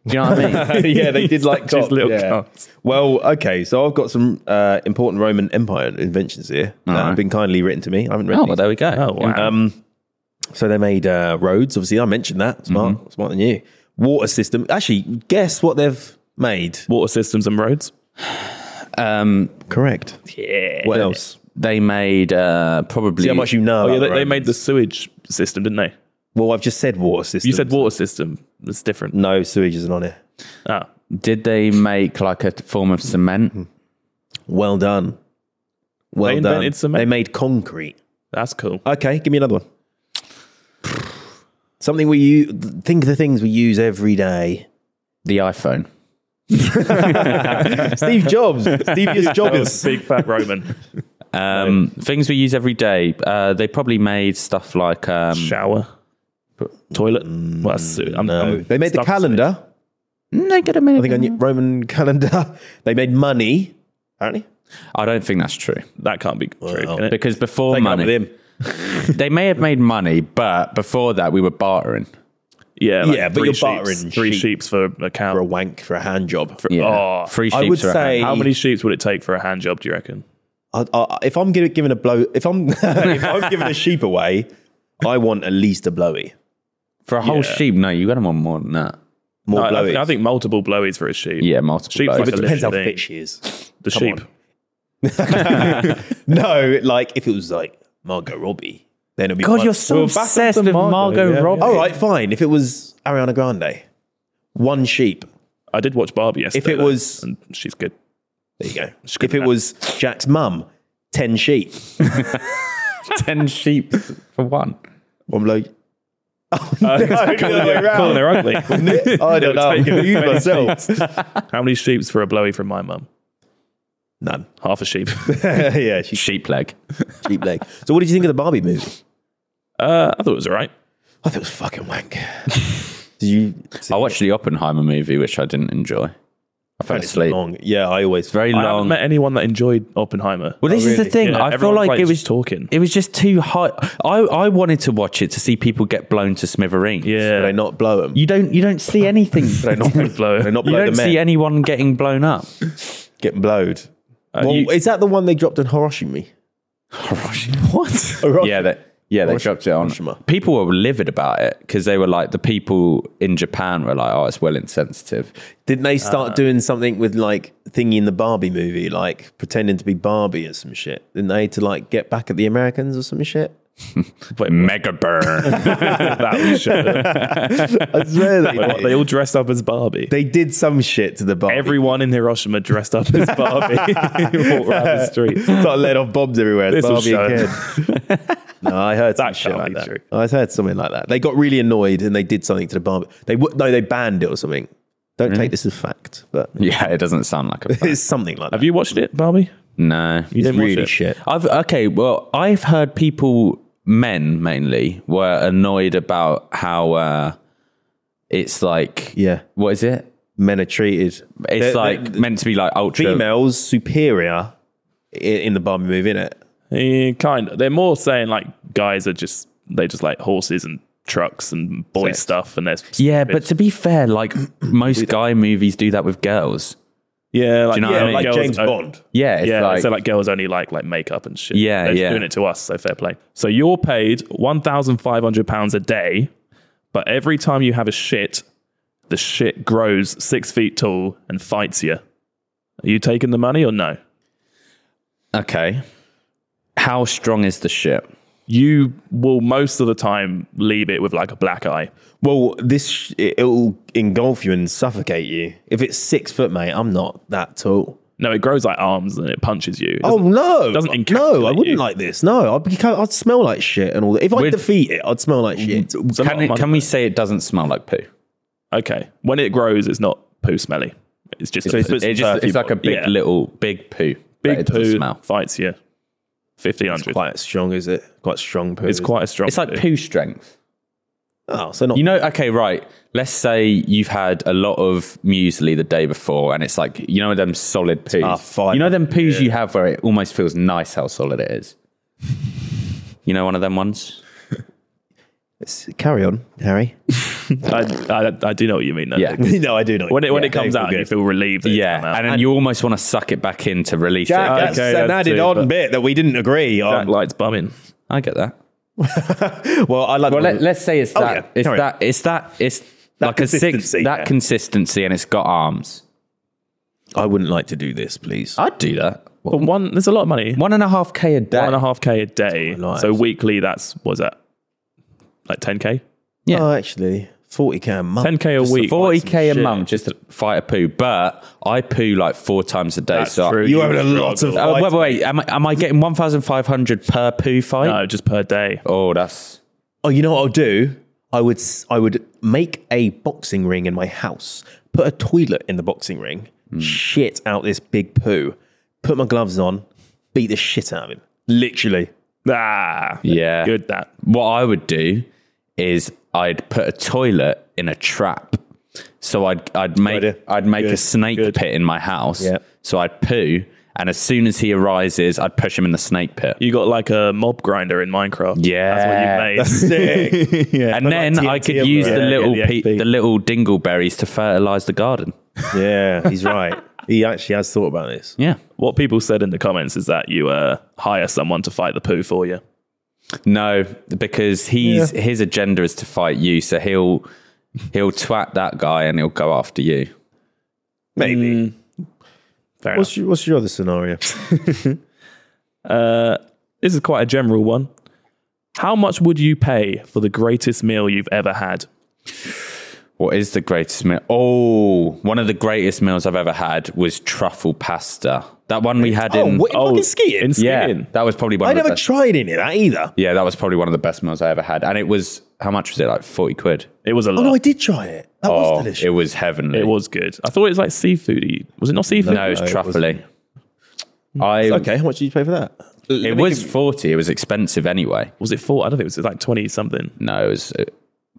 Speaker 2: do you know what I
Speaker 1: [laughs] [laughs]
Speaker 2: mean?
Speaker 1: yeah, they did like
Speaker 3: Statues,
Speaker 1: cock,
Speaker 3: little
Speaker 1: yeah.
Speaker 3: cocks.
Speaker 1: Well, okay, so I've got some uh, important Roman Empire inventions here that
Speaker 2: Alright.
Speaker 1: have been kindly written to me. I haven't read
Speaker 2: oh,
Speaker 1: these.
Speaker 2: well, there we go.
Speaker 3: Oh, wow.
Speaker 1: Um, so they made uh, roads. Obviously, I mentioned that. Smart, smart than you. Water system. Actually, guess what they've made?
Speaker 3: Water systems and roads.
Speaker 2: Um,
Speaker 1: Correct.
Speaker 3: Yeah.
Speaker 1: What else?
Speaker 2: they made uh, probably
Speaker 1: See how much you know.
Speaker 3: Oh, yeah,
Speaker 1: about
Speaker 3: they, they
Speaker 1: roads.
Speaker 3: made the sewage system, didn't they?
Speaker 1: Well, I've just said water system.
Speaker 3: You said water system. That's different.
Speaker 1: no sewage isn't on it.
Speaker 3: Ah,
Speaker 2: did they make like a form of
Speaker 1: Mm-hmm.
Speaker 2: cement?
Speaker 1: Well done. Well
Speaker 3: They
Speaker 1: done.
Speaker 3: invented cement.
Speaker 1: They made concrete.
Speaker 3: that's
Speaker 1: [laughs]
Speaker 3: cool.
Speaker 1: Okay, give me another one. Something we use, think of the things we use every day.
Speaker 2: The iPhone.
Speaker 3: [laughs]
Speaker 1: Steve Jobs. Steve Jobs is
Speaker 3: Big fat Roman.
Speaker 2: Um, Things we use every day. Uh, they probably made stuff like um,
Speaker 3: Shower. Toilet. Well, that's sew-
Speaker 1: Mm,
Speaker 3: I'm,
Speaker 1: No,
Speaker 3: I'm
Speaker 1: they made the
Speaker 3: stuck to
Speaker 1: calendar.
Speaker 2: they could have made.
Speaker 1: I think on your Roman [laughs] calendar, they made money. Apparently,
Speaker 2: I don't think that's true
Speaker 3: it. That can't be true.
Speaker 1: Well,
Speaker 3: can it?
Speaker 2: because before
Speaker 1: Take it up
Speaker 2: money,
Speaker 1: with him.
Speaker 2: they may have made money, but before that, we were bartering.
Speaker 3: Yeah,
Speaker 1: Yeah, but
Speaker 3: three
Speaker 1: you're
Speaker 3: sheeps-
Speaker 1: bartering
Speaker 3: three
Speaker 1: sheep.
Speaker 3: sheeps for a cow.
Speaker 1: for a wank for a hand job.
Speaker 3: For-
Speaker 2: Yeah,
Speaker 3: oh,
Speaker 2: free
Speaker 1: I
Speaker 2: sheep
Speaker 1: would
Speaker 2: to a
Speaker 1: say-
Speaker 2: hand.
Speaker 3: how many sheeps would it take for a hand job? Do you reckon?
Speaker 1: I, I, if I'm gi- giving a blow, if I'm [laughs] if I'm giving a sheep away, I want at least a blowy,
Speaker 2: for a whole sheep. No, you got them on more than that.
Speaker 1: more
Speaker 3: I, I
Speaker 1: blowy.
Speaker 3: think, I think multiple blowies for a sheep.
Speaker 2: Yeah, multiple.
Speaker 3: Sheep's
Speaker 2: loads.
Speaker 3: like
Speaker 1: it depends how
Speaker 3: literally-
Speaker 1: fit she [laughs] is.
Speaker 3: the sheep.
Speaker 1: on. [laughs] No, like if it was like Margot Robbie, then it'd be
Speaker 2: God,
Speaker 1: one-
Speaker 2: you're so
Speaker 3: We were back up
Speaker 2: obsessed
Speaker 3: to
Speaker 2: with Margot,
Speaker 3: Margot, yeah.
Speaker 2: Robbie.
Speaker 1: All right, fine. If it was Ariana Grande, one sheep.
Speaker 3: I did watch Barbie yesterday.
Speaker 1: it
Speaker 3: though,
Speaker 1: was-
Speaker 3: and she's good.
Speaker 1: There you go. If it was Jack's mum, ten sheep.
Speaker 2: Ten sheep for one.
Speaker 1: I'm [laughs] like, [laughs]
Speaker 3: calling,
Speaker 1: Oh, the other way
Speaker 3: her,
Speaker 1: round.
Speaker 3: calling her ugly.
Speaker 1: [laughs] I don't know. [laughs] Use myself.
Speaker 3: how many sheeps for a blowy from my mum?
Speaker 1: None. [laughs]
Speaker 3: Half a sheep. [laughs]
Speaker 1: yeah, she's
Speaker 2: Sheep leg.
Speaker 1: sheep leg. So, what did you think of the Barbie movie?
Speaker 3: uh, I thought it was all right.
Speaker 1: I thought it was fucking wank. did [laughs] you?
Speaker 2: I watched the Oppenheimer movie, which I didn't enjoy. I fell
Speaker 1: It's
Speaker 2: asleep.
Speaker 1: long. Yeah, I always
Speaker 2: Very
Speaker 3: I haven't
Speaker 2: long.
Speaker 3: met anyone that enjoyed Oppenheimer.
Speaker 2: Well, this
Speaker 1: Oh,
Speaker 2: is the
Speaker 1: really?
Speaker 2: thing. I
Speaker 3: Yeah,
Speaker 2: feel
Speaker 3: everyone's,
Speaker 2: like,
Speaker 3: like,
Speaker 2: it was
Speaker 1: [laughs]
Speaker 3: just talking.
Speaker 2: It was just too high. I, I wanted to watch it to see people get blown to smithereens.
Speaker 1: Did
Speaker 3: yeah,
Speaker 1: I not blow them?
Speaker 2: You don't you don't see anything. you [laughs]
Speaker 3: not blow.
Speaker 1: Did I not blow the
Speaker 2: don't
Speaker 1: men?
Speaker 2: see anyone getting blown up.
Speaker 1: Getting blowed. Uh, well,
Speaker 3: you-
Speaker 1: is that the one they dropped on Hiroshima?
Speaker 2: what?
Speaker 1: Hiroshima.
Speaker 2: Yeah, that yeah, they dropped it on.
Speaker 1: Hiroshima.
Speaker 2: People were livid about it because they were like the people in Japan were like, oh, it's well insensitive.
Speaker 1: Didn't they start doing something with like thingy in the Barbie movie, like pretending to be Barbie and some shit? Didn't they to like get back at the Americans or some shit?
Speaker 2: But mega [laughs] burn.
Speaker 3: that was shit.
Speaker 1: I swear [laughs] they,
Speaker 3: What,
Speaker 1: did.
Speaker 3: [laughs] They all dressed up as Barbie.
Speaker 1: Uh, They did some shit to the Barbie. [laughs]
Speaker 3: Everyone in Hiroshima dressed up as Barbie.
Speaker 2: [laughs]
Speaker 3: Walked around the
Speaker 1: [laughs]
Speaker 3: streets.
Speaker 1: Got let off bombs everywhere. It's
Speaker 3: This will
Speaker 1: Barbie
Speaker 3: show.
Speaker 1: again. [laughs] no, I heard some
Speaker 3: That
Speaker 1: shit
Speaker 3: can't
Speaker 1: like
Speaker 3: be
Speaker 1: that.
Speaker 3: true.
Speaker 1: I heard something like that. They got really annoyed and they did something to the Barbie. They w- no, they banned it or something. Don't take this as fact, [laughs] but
Speaker 2: yeah, it doesn't sound like a
Speaker 1: it's something like that.
Speaker 3: Have you watched it, Barbie?
Speaker 2: no.
Speaker 3: You
Speaker 1: it's
Speaker 3: didn't watch
Speaker 1: really
Speaker 3: it?
Speaker 1: shit.
Speaker 2: I've okay. Well, I've heard people, men mainly, were annoyed about how uh, it's like
Speaker 1: Yeah.
Speaker 2: What is it?
Speaker 1: men are treated.
Speaker 2: It's
Speaker 1: They're-
Speaker 2: like
Speaker 1: they're-
Speaker 2: meant to be like ultra.
Speaker 1: females superior i- in the Barbie movie, innit?
Speaker 3: Yeah, kind of. They're more saying like guys are just they just like horses and trucks and boy
Speaker 1: Sex.
Speaker 3: stuff and they're
Speaker 2: Yeah, but to be fair,
Speaker 3: [clears throat]
Speaker 2: like most guy movies do that with girls.
Speaker 3: yeah, like,
Speaker 2: you know what
Speaker 1: Yeah,
Speaker 2: I mean,
Speaker 1: like
Speaker 3: girls
Speaker 1: James
Speaker 3: are-
Speaker 1: Bond.
Speaker 2: Yeah, it's
Speaker 3: yeah,
Speaker 2: like,
Speaker 3: so like girls only like like makeup and shit.
Speaker 2: Yeah,
Speaker 3: They're just
Speaker 2: yeah.
Speaker 3: doing it to us, so fair play. So you're paid one thousand five hundred pounds a day, but every time you have a shit, the shit grows six feet tall and fights you. Are you taking the money or no?
Speaker 2: okay. How strong is the ship?
Speaker 3: You will most of the time leave it with like a black eye.
Speaker 1: Well, this sh- it- it'll engulf you and suffocate you. If it's six foot, mate, I'm not that tall.
Speaker 3: No, it grows like arms and it punches you. It
Speaker 1: Oh
Speaker 3: doesn't-
Speaker 1: no!
Speaker 3: doesn't
Speaker 1: no, I
Speaker 3: encapsulate
Speaker 1: wouldn't
Speaker 3: you.
Speaker 1: like this. No, I'd, be, I'd smell like shit and all that. If I
Speaker 2: We'd-
Speaker 1: defeat it, I'd smell like shit.
Speaker 3: It's a lot
Speaker 2: Can,
Speaker 3: of
Speaker 2: it,
Speaker 3: money.
Speaker 2: can we say it doesn't smell like poo?
Speaker 3: Okay. When it grows, it's not poo smelly. It's just
Speaker 1: It's
Speaker 3: a
Speaker 1: just-
Speaker 2: It just, it's like a big
Speaker 3: Yeah.
Speaker 2: little big poo. but
Speaker 3: big
Speaker 2: it doesn't
Speaker 3: poo
Speaker 2: smell.
Speaker 3: fights you. Fifteen hundred.
Speaker 1: Quite strong, is it? Quite strong. Poo,
Speaker 3: It's
Speaker 1: isn't
Speaker 3: quite a strong.
Speaker 2: It's like
Speaker 3: poo.
Speaker 2: poo strength.
Speaker 1: it? Oh, so not.
Speaker 2: You know, okay, right. Let's say you've had a lot of muesli the day before, and it's like you know them solid poos.
Speaker 1: our fibre.
Speaker 2: You know them poos you have where it almost feels nice how solid it is. you know one of them ones.
Speaker 1: Let's carry on, Harry.
Speaker 3: I, I, I do know what you mean. Though.
Speaker 2: Yeah.
Speaker 1: [laughs] no, I do not.
Speaker 3: When it when
Speaker 1: Yeah,
Speaker 3: it comes
Speaker 1: they feel
Speaker 3: out, you
Speaker 1: good.
Speaker 3: feel relieved. That
Speaker 2: Yeah,
Speaker 3: It's come out.
Speaker 2: and then you almost want to suck it back in to release
Speaker 1: Jack,
Speaker 2: it.
Speaker 1: that's
Speaker 3: Okay,
Speaker 1: an
Speaker 3: that's
Speaker 1: added
Speaker 3: two,
Speaker 1: on
Speaker 3: but-
Speaker 1: bit that we didn't agree
Speaker 3: Black
Speaker 1: on.
Speaker 3: lights bumming.
Speaker 2: I get that.
Speaker 1: well, I like.
Speaker 2: Well, let, let's say it's
Speaker 1: Oh,
Speaker 2: that.
Speaker 1: yeah.
Speaker 2: It's
Speaker 1: Carry on.
Speaker 2: that. It's that. It's
Speaker 1: That
Speaker 2: like a six.
Speaker 1: consistency,
Speaker 2: That
Speaker 1: yeah.
Speaker 2: consistency, and it's got arms.
Speaker 1: I wouldn't like to do this, please.
Speaker 2: I'd do that.
Speaker 3: But one, there's a lot of money.
Speaker 2: One and a half k a day.
Speaker 3: One and a half k a day.
Speaker 1: That's quite
Speaker 3: So
Speaker 1: nice.
Speaker 3: weekly, that's what's that? Like ten k.
Speaker 2: Yeah.
Speaker 1: Oh, actually, forty k a month.
Speaker 3: Ten k a
Speaker 1: Just
Speaker 3: week.
Speaker 2: Forty k a month just to fight a poo, but I poo like four times a day.
Speaker 3: That's
Speaker 2: so I-
Speaker 3: true.
Speaker 1: You having a lot of.
Speaker 2: Uh, wait, wait, wait. Am I, am I getting one thousand five hundred per poo fight?
Speaker 3: No, just per day.
Speaker 2: Oh, that's
Speaker 1: Oh, you know what I'll do? I would s- I would make a boxing ring in my house, put a toilet in the boxing ring, shit out this big poo, put my gloves on, beat the shit out of him. Literally.
Speaker 3: Ah,
Speaker 2: Yeah.
Speaker 3: Good that.
Speaker 2: what I would do. Is I'd put a toilet in a trap. So I'd I'd make
Speaker 1: idea.
Speaker 2: I'd make a
Speaker 1: Good,
Speaker 2: snake
Speaker 3: good.
Speaker 2: pit in my house.
Speaker 1: Yep.
Speaker 2: So I'd poo, and as soon as he arises, I'd push him in the snake pit.
Speaker 3: You got like a mob grinder in Minecraft.
Speaker 2: Yeah.
Speaker 3: Uh, That's what you made.
Speaker 1: Sick.
Speaker 2: and then
Speaker 1: like
Speaker 2: I
Speaker 1: TNT
Speaker 2: could use
Speaker 1: over
Speaker 2: the
Speaker 1: it.
Speaker 2: little
Speaker 3: Yeah, yeah,
Speaker 2: pe-
Speaker 3: XP.
Speaker 2: the little dingleberries to fertilize the garden.
Speaker 1: yeah, he's right. He actually has thought about this.
Speaker 2: Yeah.
Speaker 3: [laughs] what people said in the comments is that you uh, hire someone to fight the poo for you.
Speaker 2: No, because he's his agenda is to fight you, so he'll he'll twat that guy and he'll go after you.
Speaker 1: Maybe.
Speaker 3: Fair
Speaker 1: What's your, what's your other scenario?
Speaker 3: enough. Uh, this is quite a general one. How much would you pay for the greatest meal you've ever had?
Speaker 2: What is the greatest meal? Oh, one of the greatest meals I've ever had was truffle pasta. That one we had in
Speaker 1: Oh, what- Fucking skiing.
Speaker 3: in
Speaker 2: yeah,
Speaker 3: skiing.
Speaker 2: that was probably one.
Speaker 1: I
Speaker 2: of the
Speaker 1: never
Speaker 2: best,
Speaker 1: tried any of that either.
Speaker 2: yeah, that was probably one of the best meals I ever had, and it was how much was it? Like forty quid.
Speaker 3: It was a
Speaker 1: Oh,
Speaker 3: lot.
Speaker 1: no, I did try it. That was
Speaker 2: Oh,
Speaker 1: delicious.
Speaker 2: it was heavenly.
Speaker 3: it was good. I thought it was like seafoody. Was it not seafood?
Speaker 2: no, it was
Speaker 1: No, it
Speaker 2: truffly. I
Speaker 1: okay, how much did you pay for that?
Speaker 2: it was forty. It was expensive anyway.
Speaker 3: Was it four? I don't think it was like twenty something.
Speaker 2: No, it was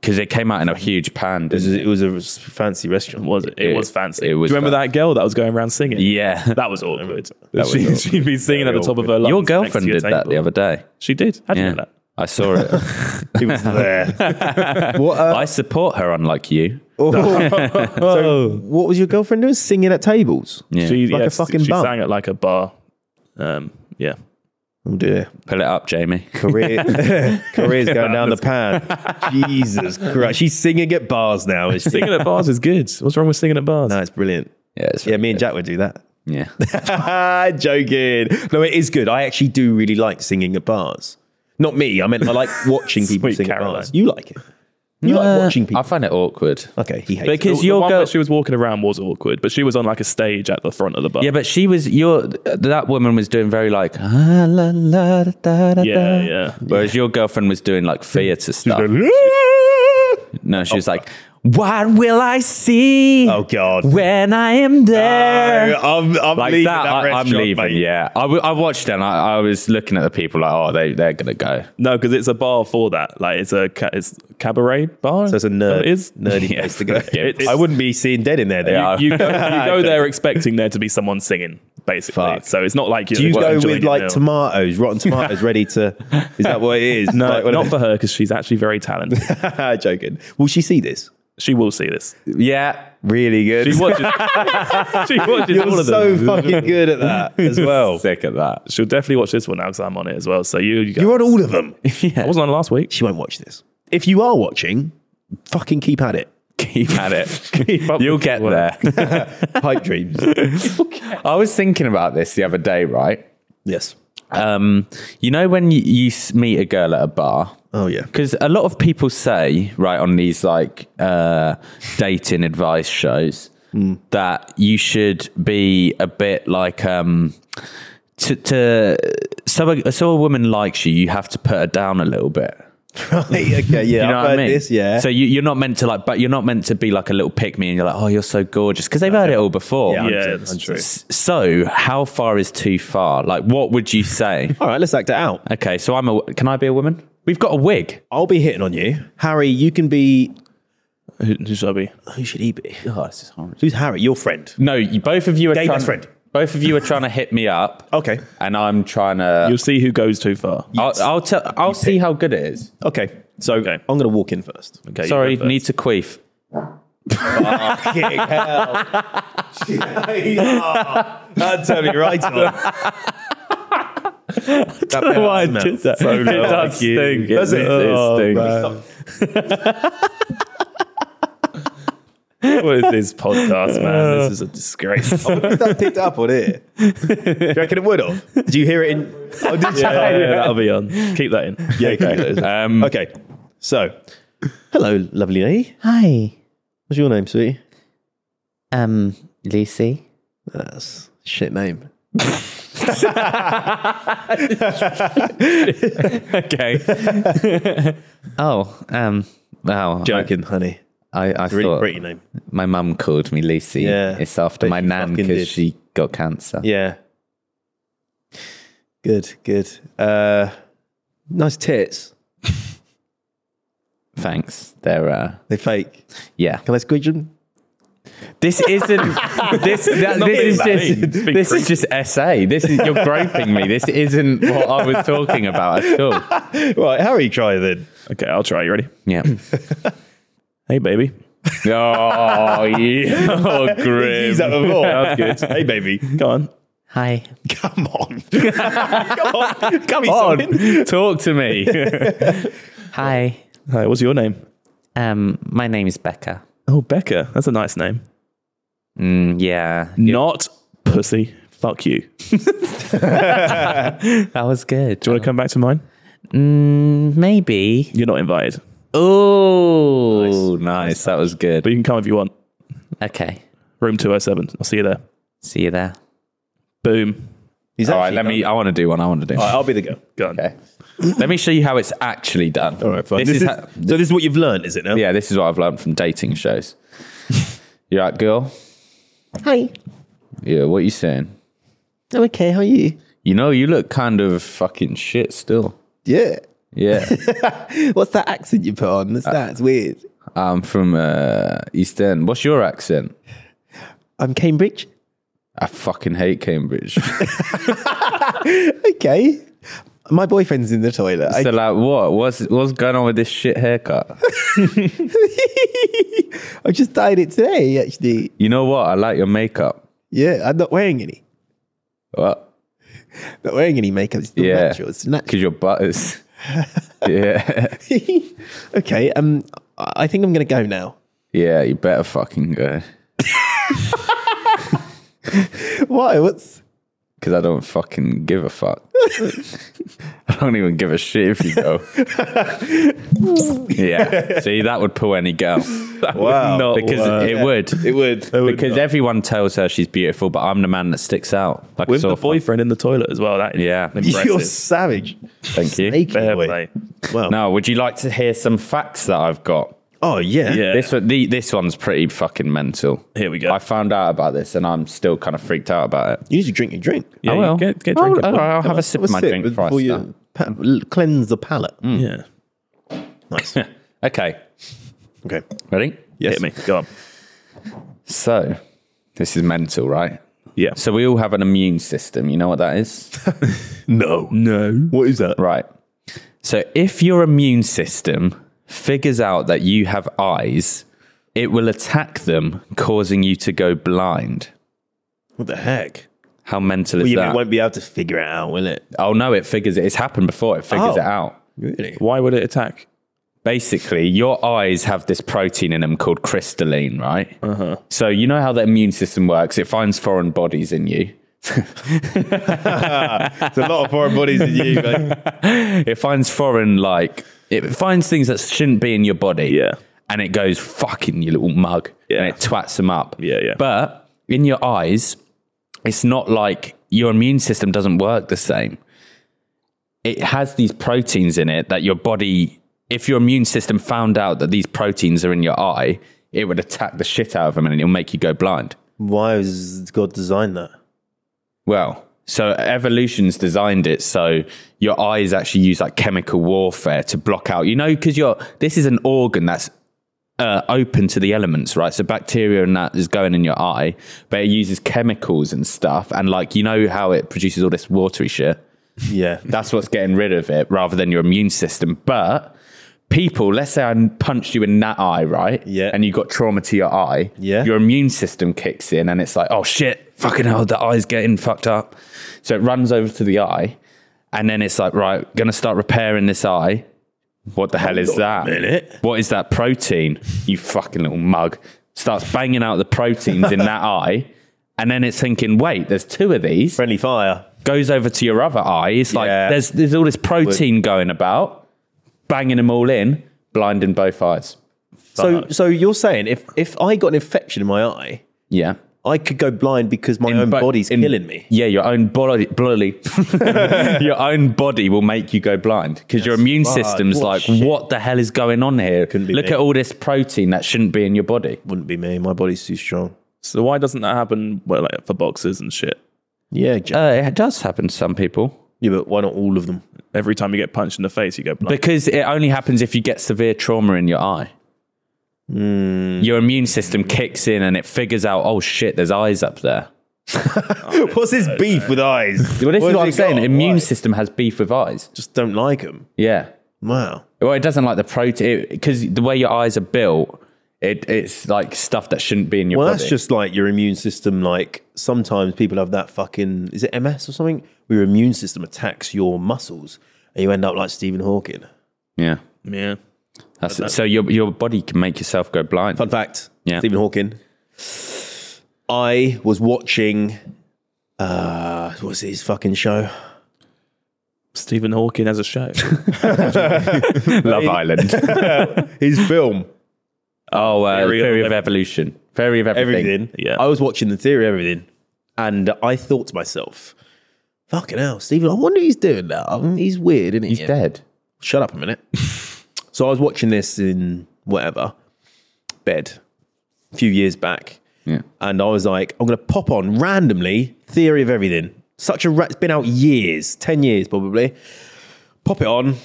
Speaker 2: because it came out in a huge pan. didn't
Speaker 1: It was a fancy restaurant.
Speaker 3: Was it? It, was fancy.
Speaker 2: it was
Speaker 3: Do you remember
Speaker 2: fan-
Speaker 3: that girl that was going around singing?
Speaker 2: Yeah.
Speaker 3: [laughs] That was awkward.
Speaker 2: was
Speaker 3: she,
Speaker 2: awkward.
Speaker 3: [laughs] She'd be singing at the top of her lungs.
Speaker 2: Your
Speaker 3: next to
Speaker 2: girlfriend did that
Speaker 3: table.
Speaker 2: the other day.
Speaker 3: She did. How do you
Speaker 2: Yeah.
Speaker 3: know that?
Speaker 2: I saw it.
Speaker 3: [laughs]
Speaker 1: It was there. what, uh, oh.
Speaker 2: I support her, unlike you.
Speaker 1: so what was your girlfriend doing? Singing at tables?
Speaker 2: Yeah.
Speaker 3: She,
Speaker 1: Like a
Speaker 3: yeah,
Speaker 1: fucking
Speaker 3: she
Speaker 1: bum.
Speaker 3: sang at like a bar. Um, yeah.
Speaker 1: Oh dear.
Speaker 2: Pull it up, Jamie. [laughs]
Speaker 1: [laughs] Career, career's going down the pan. [laughs] Jesus Christ. She's singing at bars now. Is she?
Speaker 3: Singing at bars is good. What's wrong with singing at bars?
Speaker 1: No, it's brilliant.
Speaker 2: Yeah, it's
Speaker 1: Yeah, me and Jack would do that.
Speaker 2: [laughs]
Speaker 1: [laughs]
Speaker 3: [laughs]
Speaker 2: yeah.
Speaker 1: Joking. No, it is good. I actually do really like singing at bars. Not me. I mean, I like watching people
Speaker 3: Sweet
Speaker 1: sing
Speaker 3: Caroline.
Speaker 1: at bars. You like it. You like
Speaker 2: Uh,
Speaker 1: watching people.
Speaker 2: I find it awkward.
Speaker 1: okay, he hates
Speaker 2: Because
Speaker 3: The- the
Speaker 2: your
Speaker 3: one
Speaker 2: girl-
Speaker 3: where she was walking around was awkward, but she was on like a stage at the front of the bar.
Speaker 2: Yeah, but she was your that woman was doing very like ah, la, la, da, da, da,
Speaker 3: yeah, yeah. [laughs]
Speaker 2: Whereas your girlfriend was doing like theatre stuff.
Speaker 1: it.
Speaker 2: No, she
Speaker 3: Oh.
Speaker 2: was like, "What will I see
Speaker 1: Oh God.
Speaker 2: when I am there?"
Speaker 1: No, I'm, I'm
Speaker 2: like
Speaker 1: leaving
Speaker 2: that,
Speaker 1: that,
Speaker 2: I, am
Speaker 1: restaurant,
Speaker 2: leaving.
Speaker 1: mate.
Speaker 2: Yeah, I, w- I watched it. and I, I was looking at the people like, "Oh, they they're gonna go."
Speaker 3: No, because it's a bar for that. Like it's a ca- it's cabaret bar.
Speaker 1: So it's a
Speaker 3: Oh,
Speaker 1: nerd.
Speaker 3: It is.
Speaker 1: [laughs] nerdy
Speaker 3: [laughs]
Speaker 2: Yeah.
Speaker 1: place to go.
Speaker 2: Yeah.
Speaker 1: I wouldn't be seen dead in there. Then.
Speaker 2: Yeah.
Speaker 3: You [laughs] go, you go there expecting there to be someone singing, basically.
Speaker 1: Fuck.
Speaker 3: So it's not like
Speaker 1: Do you
Speaker 3: just
Speaker 1: go
Speaker 3: enjoying
Speaker 1: with
Speaker 3: your
Speaker 1: like
Speaker 3: meal.
Speaker 1: tomatoes, rotten tomatoes, ready to? Is that what it is?
Speaker 3: No,
Speaker 1: Like, what-
Speaker 3: not for her because she's actually
Speaker 1: [laughs]
Speaker 3: very talented.
Speaker 1: joking. Will she see this?
Speaker 3: She will see this.
Speaker 2: Yeah,
Speaker 1: Really good.
Speaker 2: [laughs]
Speaker 3: She watches. [laughs] she watches all
Speaker 1: You're
Speaker 3: of them.
Speaker 1: so fucking good at that as
Speaker 2: [laughs]
Speaker 1: well.
Speaker 2: sick at that.
Speaker 3: She'll definitely watch this one now because I'm on it as well. So you, you
Speaker 1: You're on all of them.
Speaker 3: I wasn't on last week.
Speaker 1: She won't watch this. If you are watching, fucking keep at it.
Speaker 2: Keep at it.
Speaker 3: up
Speaker 2: You'll
Speaker 3: with
Speaker 2: get
Speaker 3: the
Speaker 2: there. [laughs]
Speaker 3: work.
Speaker 1: Pipe dreams.
Speaker 2: I was thinking about this the other day, right?
Speaker 1: Yes.
Speaker 2: Um, you know when you, you s- meet a girl at a bar,
Speaker 1: Oh yeah. [laughs]
Speaker 2: because a lot of people say right on these like uh, dating advice shows
Speaker 1: Hmm.
Speaker 2: that you should be a bit like um, to, to so a, so a woman likes you, you have to put her down a little bit.
Speaker 1: Right. Okay. Yeah.
Speaker 2: You
Speaker 1: I've
Speaker 2: know what I
Speaker 1: heard
Speaker 2: mean?
Speaker 1: this. Yeah.
Speaker 2: So you, you're not meant to like, but you're not meant to be like a little pick me, and you're like, oh, you're so gorgeous, because they've heard it all before.
Speaker 1: Yeah.
Speaker 3: Yeah, that's true.
Speaker 2: S- So how far is too far? Like, what would you
Speaker 1: [laughs]
Speaker 2: say?
Speaker 1: all right. Let's act it out.
Speaker 2: okay, so I'm a. Can I be a woman? We've got a wig.
Speaker 1: I'll be hitting on you, Harry. You can be.
Speaker 3: Who, who should I be?
Speaker 1: Who should he be?
Speaker 2: Oh, this is horrible.
Speaker 1: Who's Harry? Your friend.
Speaker 2: No, you, both of you are
Speaker 1: Gay
Speaker 2: trying,
Speaker 1: best friend.
Speaker 2: Both of you are trying to hit me up,
Speaker 1: Okay.
Speaker 2: and I'm trying to.
Speaker 3: You'll see who goes too far.
Speaker 2: I'll, I'll tell. I'll see how good it is.
Speaker 1: Okay. So
Speaker 3: Okay.
Speaker 1: I'm going to walk in first.
Speaker 3: Okay, you
Speaker 2: Sorry,
Speaker 3: go first.
Speaker 2: need to queef.
Speaker 1: Fucking hell. [laughs] that turned me right on. That
Speaker 2: why I
Speaker 1: smells
Speaker 2: did that.
Speaker 1: So
Speaker 2: [laughs] It does
Speaker 1: like you.
Speaker 2: stink. It Oh,
Speaker 1: Does it?
Speaker 2: does stink.
Speaker 3: What is Oh, this podcast, [laughs] man? This is a disgrace.
Speaker 1: I wonder if that picked up on it. Do you reckon it would have? Did you hear it in? Oh, did
Speaker 3: yeah,
Speaker 1: you?
Speaker 3: that'll be on. Mm. Keep that
Speaker 2: [laughs]
Speaker 3: in.
Speaker 1: Yeah, okay.
Speaker 2: Um,
Speaker 1: okay. So, hello, lovely lady.
Speaker 4: Hi,
Speaker 1: What's your name, sweetie?
Speaker 4: um, Lucy.
Speaker 1: That's shit name.
Speaker 2: okay.
Speaker 4: [laughs] Oh, um, wow.
Speaker 1: Joking, honey.
Speaker 4: I, I
Speaker 1: Really
Speaker 4: thought
Speaker 1: pretty name.
Speaker 4: my mum called me Lucy.
Speaker 1: Yeah,
Speaker 4: It's after
Speaker 1: bet
Speaker 4: my
Speaker 1: she
Speaker 4: nan
Speaker 1: fucking
Speaker 4: because
Speaker 1: did.
Speaker 4: she got cancer.
Speaker 1: Yeah. Good, good. Uh, nice tits.
Speaker 4: Thanks. They're, uh,
Speaker 1: They fake.
Speaker 4: yeah.
Speaker 1: Can I squidge them?
Speaker 2: This isn't. This that, this is
Speaker 3: being mean.
Speaker 2: just.
Speaker 3: It's being
Speaker 2: This is just SA. This is you're groping me. This isn't what I was talking about at all.
Speaker 1: [laughs] Right, Harry, try then.
Speaker 3: [laughs] Okay, I'll try. You ready?
Speaker 4: Yeah.
Speaker 3: Hey, baby.
Speaker 2: Oh, yeah. Oh, grim.
Speaker 1: [laughs] He's up before. Um, That's good. Hey, baby.
Speaker 3: Go on.
Speaker 4: Hi.
Speaker 1: Come on. [laughs] Come on. Come
Speaker 2: on.
Speaker 1: on.
Speaker 2: Talk
Speaker 1: [laughs]
Speaker 2: to me.
Speaker 4: Hi.
Speaker 3: Hi, what's your name?
Speaker 4: Um, my name is Becca.
Speaker 3: Oh, Becca. That's a nice name.
Speaker 4: Mm, yeah.
Speaker 3: Not pussy. Fuck you. Do
Speaker 4: That was good.
Speaker 3: you want to come back to mine?
Speaker 4: Mm, maybe.
Speaker 3: You're not invited,
Speaker 4: Oh,
Speaker 2: Oh, nice. That was
Speaker 3: but
Speaker 2: good.
Speaker 3: you can come if you want.
Speaker 4: okay.
Speaker 3: Room 207. I'll see you there.
Speaker 4: See you there.
Speaker 3: Boom.
Speaker 1: He's
Speaker 2: All right,
Speaker 1: actually
Speaker 2: let
Speaker 1: done.
Speaker 2: me. I want to do one. I want to do.
Speaker 1: All right, I'll be the girl.
Speaker 3: Go on.
Speaker 2: Okay. Let me show you how it's actually done.
Speaker 1: All right, fine.
Speaker 2: This,
Speaker 1: This
Speaker 2: is,
Speaker 1: is-
Speaker 2: how,
Speaker 1: so this is what you've learned, is it now?
Speaker 2: yeah. This is what I've learned from
Speaker 1: [laughs]
Speaker 2: dating shows. You're right, girl.
Speaker 4: Hi.
Speaker 2: Yeah. What you saying?
Speaker 4: I'm okay. How are you?
Speaker 2: You know, you look kind of fucking shit still.
Speaker 1: Yeah. [laughs] Uh,
Speaker 2: Yeah.
Speaker 1: What's that accent you put on? That's, that's weird.
Speaker 2: I'm from uh, East End. What's your accent?
Speaker 1: I'm Cambridge.
Speaker 2: I fucking hate Cambridge.
Speaker 1: Okay. My boyfriend's in the toilet. [laughs] I-
Speaker 2: so like, what? What's what's going on with this shit haircut?
Speaker 1: [laughs] I just dyed it today, actually.
Speaker 2: You know what? I like your makeup.
Speaker 1: Yeah, I'm not wearing any.
Speaker 2: What?
Speaker 1: Not wearing any makeup. It's not
Speaker 2: Yeah.
Speaker 1: natural. It's natural.
Speaker 2: Because your butt is. yeah.
Speaker 1: [laughs]
Speaker 2: [laughs]
Speaker 1: okay. Um, I I think I'm gonna go now.
Speaker 2: Yeah, you better fucking go.
Speaker 1: Why? What's
Speaker 2: Because I don't fucking give a fuck. [laughs] I don't even give a shit if you go. yeah. See, that would pull any girl. [laughs]
Speaker 1: wow?
Speaker 3: not
Speaker 2: Because
Speaker 3: work.
Speaker 2: it would.
Speaker 1: It would.
Speaker 2: Because everyone tells her she's beautiful, but I'm the man that sticks out. Like
Speaker 3: With
Speaker 2: a
Speaker 3: the
Speaker 2: sore thumb.
Speaker 3: boyfriend in the toilet as well. That is
Speaker 2: Yeah.
Speaker 1: [laughs]
Speaker 3: impressive.
Speaker 1: You're savage.
Speaker 2: Thank you.
Speaker 1: Snake
Speaker 3: Fair
Speaker 1: boy.
Speaker 3: play.
Speaker 1: Wow.
Speaker 2: Now, would you like to hear some facts that I've got?
Speaker 1: Oh yeah.
Speaker 3: Yeah.
Speaker 2: This one, the, this one's pretty fucking mental.
Speaker 3: Here we go.
Speaker 2: I found out about this, and I'm still kind of freaked out about it.
Speaker 1: You need to drink your drink.
Speaker 3: yeah,
Speaker 2: I
Speaker 3: you
Speaker 2: will.
Speaker 3: Get, get
Speaker 2: I'll-
Speaker 3: drinking.
Speaker 2: I'll, I'll have a sip
Speaker 1: Have a
Speaker 2: of my
Speaker 1: sip
Speaker 2: drink Mm.
Speaker 1: before
Speaker 2: before
Speaker 1: you pa- l- cleanse the palate.
Speaker 3: yeah.
Speaker 2: [laughs]
Speaker 1: Nice.
Speaker 2: Okay,
Speaker 1: okay.
Speaker 2: ready?
Speaker 1: Yes.
Speaker 3: Hit me. Go on.
Speaker 2: So, this is mental, right?
Speaker 3: Yeah.
Speaker 2: So we all have an immune system. You know what that is?
Speaker 1: [laughs] No.
Speaker 3: No.
Speaker 1: What is that?
Speaker 2: Right. So if your immune system figures out that you have eyes, it will attack them, causing you to go blind.
Speaker 1: What the heck?
Speaker 2: How mental
Speaker 1: Well,
Speaker 2: is
Speaker 1: you mean
Speaker 2: that?
Speaker 1: it won't be able to figure it out, will it?
Speaker 2: oh no, it figures it. It's happened before. It figures
Speaker 1: Oh.
Speaker 2: it out.
Speaker 1: Really?
Speaker 3: Why would it attack?
Speaker 2: Basically, your eyes have this protein in them called crystalline, right? Uh-huh. So you know how the immune system works. It finds foreign bodies in you.
Speaker 1: There's a lot of foreign bodies in you.
Speaker 2: [laughs]
Speaker 1: Like,
Speaker 2: It finds foreign like it finds things that shouldn't be in your body.
Speaker 3: Yeah.
Speaker 2: and it goes fucking you little mug
Speaker 3: Yeah.
Speaker 2: and it twats them up
Speaker 3: Yeah, yeah.
Speaker 2: but in your eyes it's not like your immune system doesn't work the same it has these proteins in it that your body if your immune system found out that these proteins are in your eye it would attack the shit out of them and it'll make you go blind
Speaker 1: why has God designed that?
Speaker 2: well so evolution's designed it so your eyes actually use like chemical warfare to block out you know because you're this is an organ that's uh, open to the elements, right? So bacteria and that is going in your eye, but it uses chemicals and stuff. And like, you know how it produces all this watery shit?
Speaker 1: Yeah.
Speaker 2: That's what's getting rid of it rather than your immune system. But people, let's say I punched you in that eye, right?
Speaker 1: Yeah.
Speaker 2: And you got trauma to your eye.
Speaker 1: Yeah.
Speaker 2: Your immune system kicks in and it's like, oh shit, fucking hell, the eye's getting fucked up. So it runs over to the eye and then it's like, right, gonna start repairing this eye. What the hell is that?
Speaker 1: minute.
Speaker 2: What is that protein? You fucking little mug. Starts banging out the proteins
Speaker 1: [laughs]
Speaker 2: in that eye. And then it's thinking, wait, there's two of these
Speaker 1: Friendly fire.
Speaker 2: goes over to your other eye. It's like
Speaker 1: Yeah.
Speaker 2: there's there's all this protein going about, banging them all in, blinding both eyes.
Speaker 1: So, so you're saying if if I got an infection in my eye,
Speaker 2: Yeah.
Speaker 1: I could go blind because my own
Speaker 2: But
Speaker 1: body's
Speaker 2: in-
Speaker 1: killing me.
Speaker 2: Yeah, your own body, bloody, [laughs] your own body will make you go blind because your immune
Speaker 1: fucked.
Speaker 2: system's
Speaker 1: What
Speaker 2: like,
Speaker 1: shit.
Speaker 2: what the hell is going on here?
Speaker 1: Couldn't be
Speaker 2: Look
Speaker 1: me.
Speaker 2: at all this protein that shouldn't be in your body.
Speaker 1: Wouldn't be me. My body's too strong.
Speaker 3: So why doesn't that happen? Well, like for boxers and shit.
Speaker 1: Yeah, Jack.
Speaker 2: Uh, it does happen to some people
Speaker 1: yeah, but why not all of them?
Speaker 3: Every time you get punched in the face, you go blind.
Speaker 2: because it only happens if you get severe trauma in your eye. Your immune system kicks in and it figures out, oh shit, there's eyes up there.
Speaker 1: [laughs] What's his beef with [laughs] eyes?
Speaker 2: Well, this is
Speaker 1: has
Speaker 2: what I'm
Speaker 1: he
Speaker 2: saying.
Speaker 1: got?
Speaker 2: Immune
Speaker 1: Why?
Speaker 2: system has beef with eyes.
Speaker 1: just don't like him.
Speaker 2: Yeah.
Speaker 1: Wow.
Speaker 2: Well, it doesn't like the protein because the way your eyes are built, it, it's like stuff that shouldn't be in your
Speaker 1: Well,
Speaker 2: body.
Speaker 1: that's just like your immune system. Like sometimes people have that fucking is it MS or something? Where your immune system attacks your muscles and you end up like Stephen Hawking.
Speaker 2: yeah.
Speaker 3: yeah.
Speaker 2: That's it. So your your body can make yourself go blind.
Speaker 1: Fun fact:
Speaker 2: Yeah.
Speaker 1: Stephen Hawking. I was watching. Uh, what's his fucking show?
Speaker 3: Stephen Hawking has
Speaker 1: [laughs]
Speaker 3: a show.
Speaker 2: [laughs] Love Island.
Speaker 1: His film,
Speaker 2: oh, uh,
Speaker 3: Theory
Speaker 2: theory,
Speaker 3: of
Speaker 2: of evolution. Theory of everything.
Speaker 1: [laughs] everything.
Speaker 3: Yeah.
Speaker 1: I was watching the theory, of everything, and I thought to myself, "Fucking hell, Stephen! I wonder he's doing that. I mean, he's weird, isn't he?
Speaker 2: He's dead.
Speaker 1: shut up a minute. so I was watching this in whatever bed a few years back,
Speaker 2: Yeah.
Speaker 1: and I was like, I'm going to pop on randomly Theory of Everything. Such a ra- it's been out years, ten years probably. Pop it on.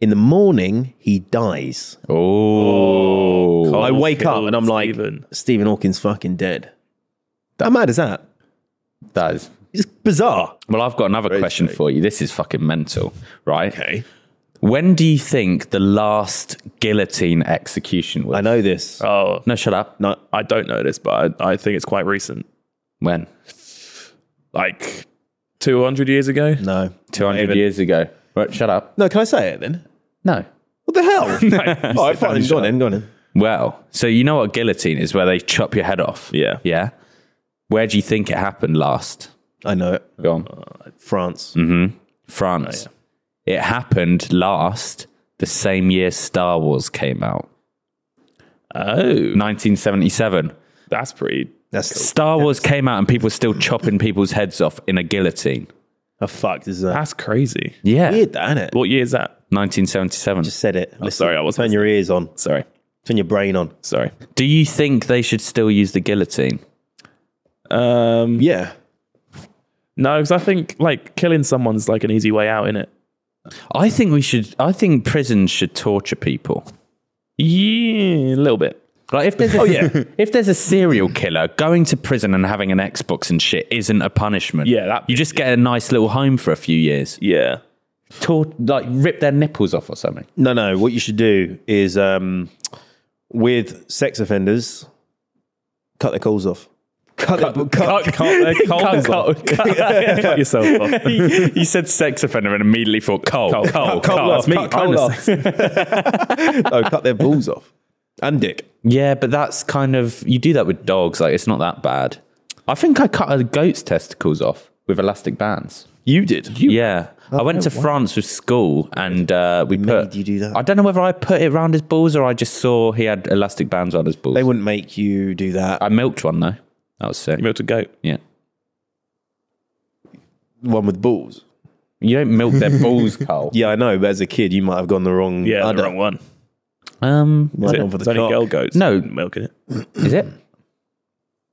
Speaker 1: In the morning, he dies.
Speaker 2: Oh,
Speaker 3: cold.
Speaker 1: I wake up and I'm like,
Speaker 3: Stephen.
Speaker 1: Stephen Hawking's fucking dead. How mad is that?
Speaker 2: that is.
Speaker 1: It's bizarre.
Speaker 2: Well, I've got another question
Speaker 1: strange.
Speaker 2: for you. This is fucking mental, right?
Speaker 1: Okay,
Speaker 2: When do you think the last guillotine execution was?
Speaker 1: I know this.
Speaker 3: oh,
Speaker 2: No, shut up.
Speaker 1: No,
Speaker 3: I don't know this, but I, I think it's quite recent.
Speaker 2: When?
Speaker 3: Like 200 years ago?
Speaker 1: no,
Speaker 2: 200 years ago. Right, shut up.
Speaker 1: no. Can I say it then?
Speaker 2: No.
Speaker 1: What the hell? [laughs]
Speaker 2: [laughs]
Speaker 1: no, All right, fine. Go on then. Go on then.
Speaker 2: Well, so you know what guillotine is, where they chop your head off.
Speaker 3: Yeah.
Speaker 2: Yeah. Where do you think it happened last?
Speaker 1: I know it.
Speaker 2: Go on.
Speaker 1: France. oh,
Speaker 2: France. It happened last the same year Star Wars came out,
Speaker 3: Oh,
Speaker 2: 1977.
Speaker 3: that's pretty.
Speaker 1: That's
Speaker 2: Star Wars came out and people were still chopping people's heads off in a guillotine.
Speaker 1: a fuck. Is that
Speaker 3: That's crazy.
Speaker 2: Yeah.
Speaker 1: weird? That isn't it?
Speaker 3: What year is that?
Speaker 2: 1977.
Speaker 1: Just said it. Listen,
Speaker 3: Oh, sorry, I wasn't
Speaker 1: Turn your ears on.
Speaker 3: Sorry.
Speaker 1: Turn your brain on.
Speaker 3: Sorry.
Speaker 2: Do you think they should still use the guillotine?
Speaker 3: Um,
Speaker 1: Yeah.
Speaker 3: No, because I think like killing someone's like an easy way out in it.
Speaker 2: I think we should. I think prisons should torture people.
Speaker 3: Yeah, a little bit.
Speaker 2: Like if there's a, oh yeah, [laughs] if there's a serial killer going to prison and having an Xbox and shit isn't a punishment.
Speaker 3: Yeah, that-
Speaker 2: you just get a nice little home for a few years.
Speaker 3: Yeah.
Speaker 2: Tor- like rip their nipples off or [laughs] something.
Speaker 1: No, no. What you should do is um, with sex offenders, cut their calls off. Cut, their, cut,
Speaker 2: [laughs] Cut- cut- [laughs]
Speaker 3: Cut yourself off.
Speaker 2: you you said sex offender and immediately thought coal, coal, coal.
Speaker 1: coal off.
Speaker 3: me.
Speaker 1: Cut,
Speaker 3: I'm
Speaker 1: coal
Speaker 3: the
Speaker 1: off. no, cut their balls off and dick.
Speaker 2: Yeah, but that's kind of you do that with dogs. Like it's not that bad. I think I cut a goat's testicles off with elastic bands.
Speaker 1: You did.
Speaker 2: yeah. I went to France with school and uh, we put.
Speaker 1: made you do that?
Speaker 2: I don't know whether I put it round his balls or I just saw he had elastic bands on his balls.
Speaker 1: They wouldn't make you do that.
Speaker 2: I milked one though. That was sick.
Speaker 3: You milked a goat.
Speaker 2: Yeah.
Speaker 1: One with balls.
Speaker 2: You don't milk their balls, Carl.
Speaker 1: Yeah, I know. But as a kid, you might have gone the wrong.
Speaker 3: Yeah,
Speaker 1: udder.
Speaker 3: the wrong one.
Speaker 2: Um,
Speaker 1: Might have gone for
Speaker 3: It's
Speaker 1: the
Speaker 3: only
Speaker 1: cock.
Speaker 3: girl goats.
Speaker 2: No.
Speaker 3: milking it
Speaker 2: is it?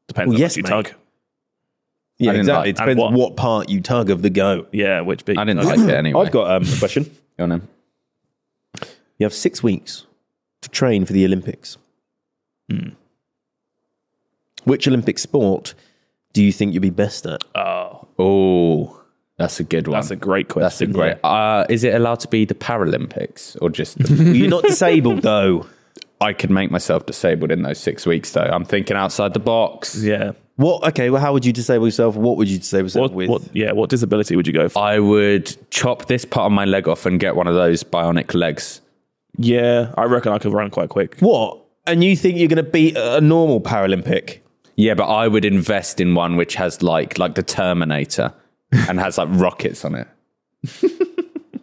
Speaker 3: depends.
Speaker 1: Well,
Speaker 3: on
Speaker 1: yes,
Speaker 3: yes, you
Speaker 1: mate.
Speaker 3: tug.
Speaker 1: Yeah,
Speaker 2: I didn't
Speaker 1: exactly.
Speaker 2: like-
Speaker 1: it depends
Speaker 3: and
Speaker 1: what?
Speaker 3: what?
Speaker 1: part you tug of the goat.
Speaker 3: Yeah, which bit?
Speaker 2: I didn't like it anyway.
Speaker 1: I've got um, a question.
Speaker 2: Go on then.
Speaker 1: You have six weeks to train for the Olympics. Hmm. Which Olympic sport do you think you'd be best [laughs] at?
Speaker 3: Oh,
Speaker 2: Oh, that's a good one.
Speaker 3: that's a great question.
Speaker 2: That's a great. Uh, is it allowed to be the Paralympics or just?
Speaker 1: [laughs]
Speaker 2: The,
Speaker 1: You're not disabled though.
Speaker 2: I could make myself disabled in those six weeks, though. I'm thinking outside the box.
Speaker 3: Yeah.
Speaker 1: What? Okay. Well, how would you disable yourself? What would you disable yourself
Speaker 3: What,
Speaker 1: with?
Speaker 3: what? Yeah. What disability would you go for?
Speaker 2: I would chop this part of my leg off and get one of those bionic legs.
Speaker 3: yeah, I reckon I could run quite quick.
Speaker 1: What? And you think you're going to beat a a normal Paralympic?
Speaker 2: Yeah, but I would invest in one which has like like the Terminator and has like rockets on it.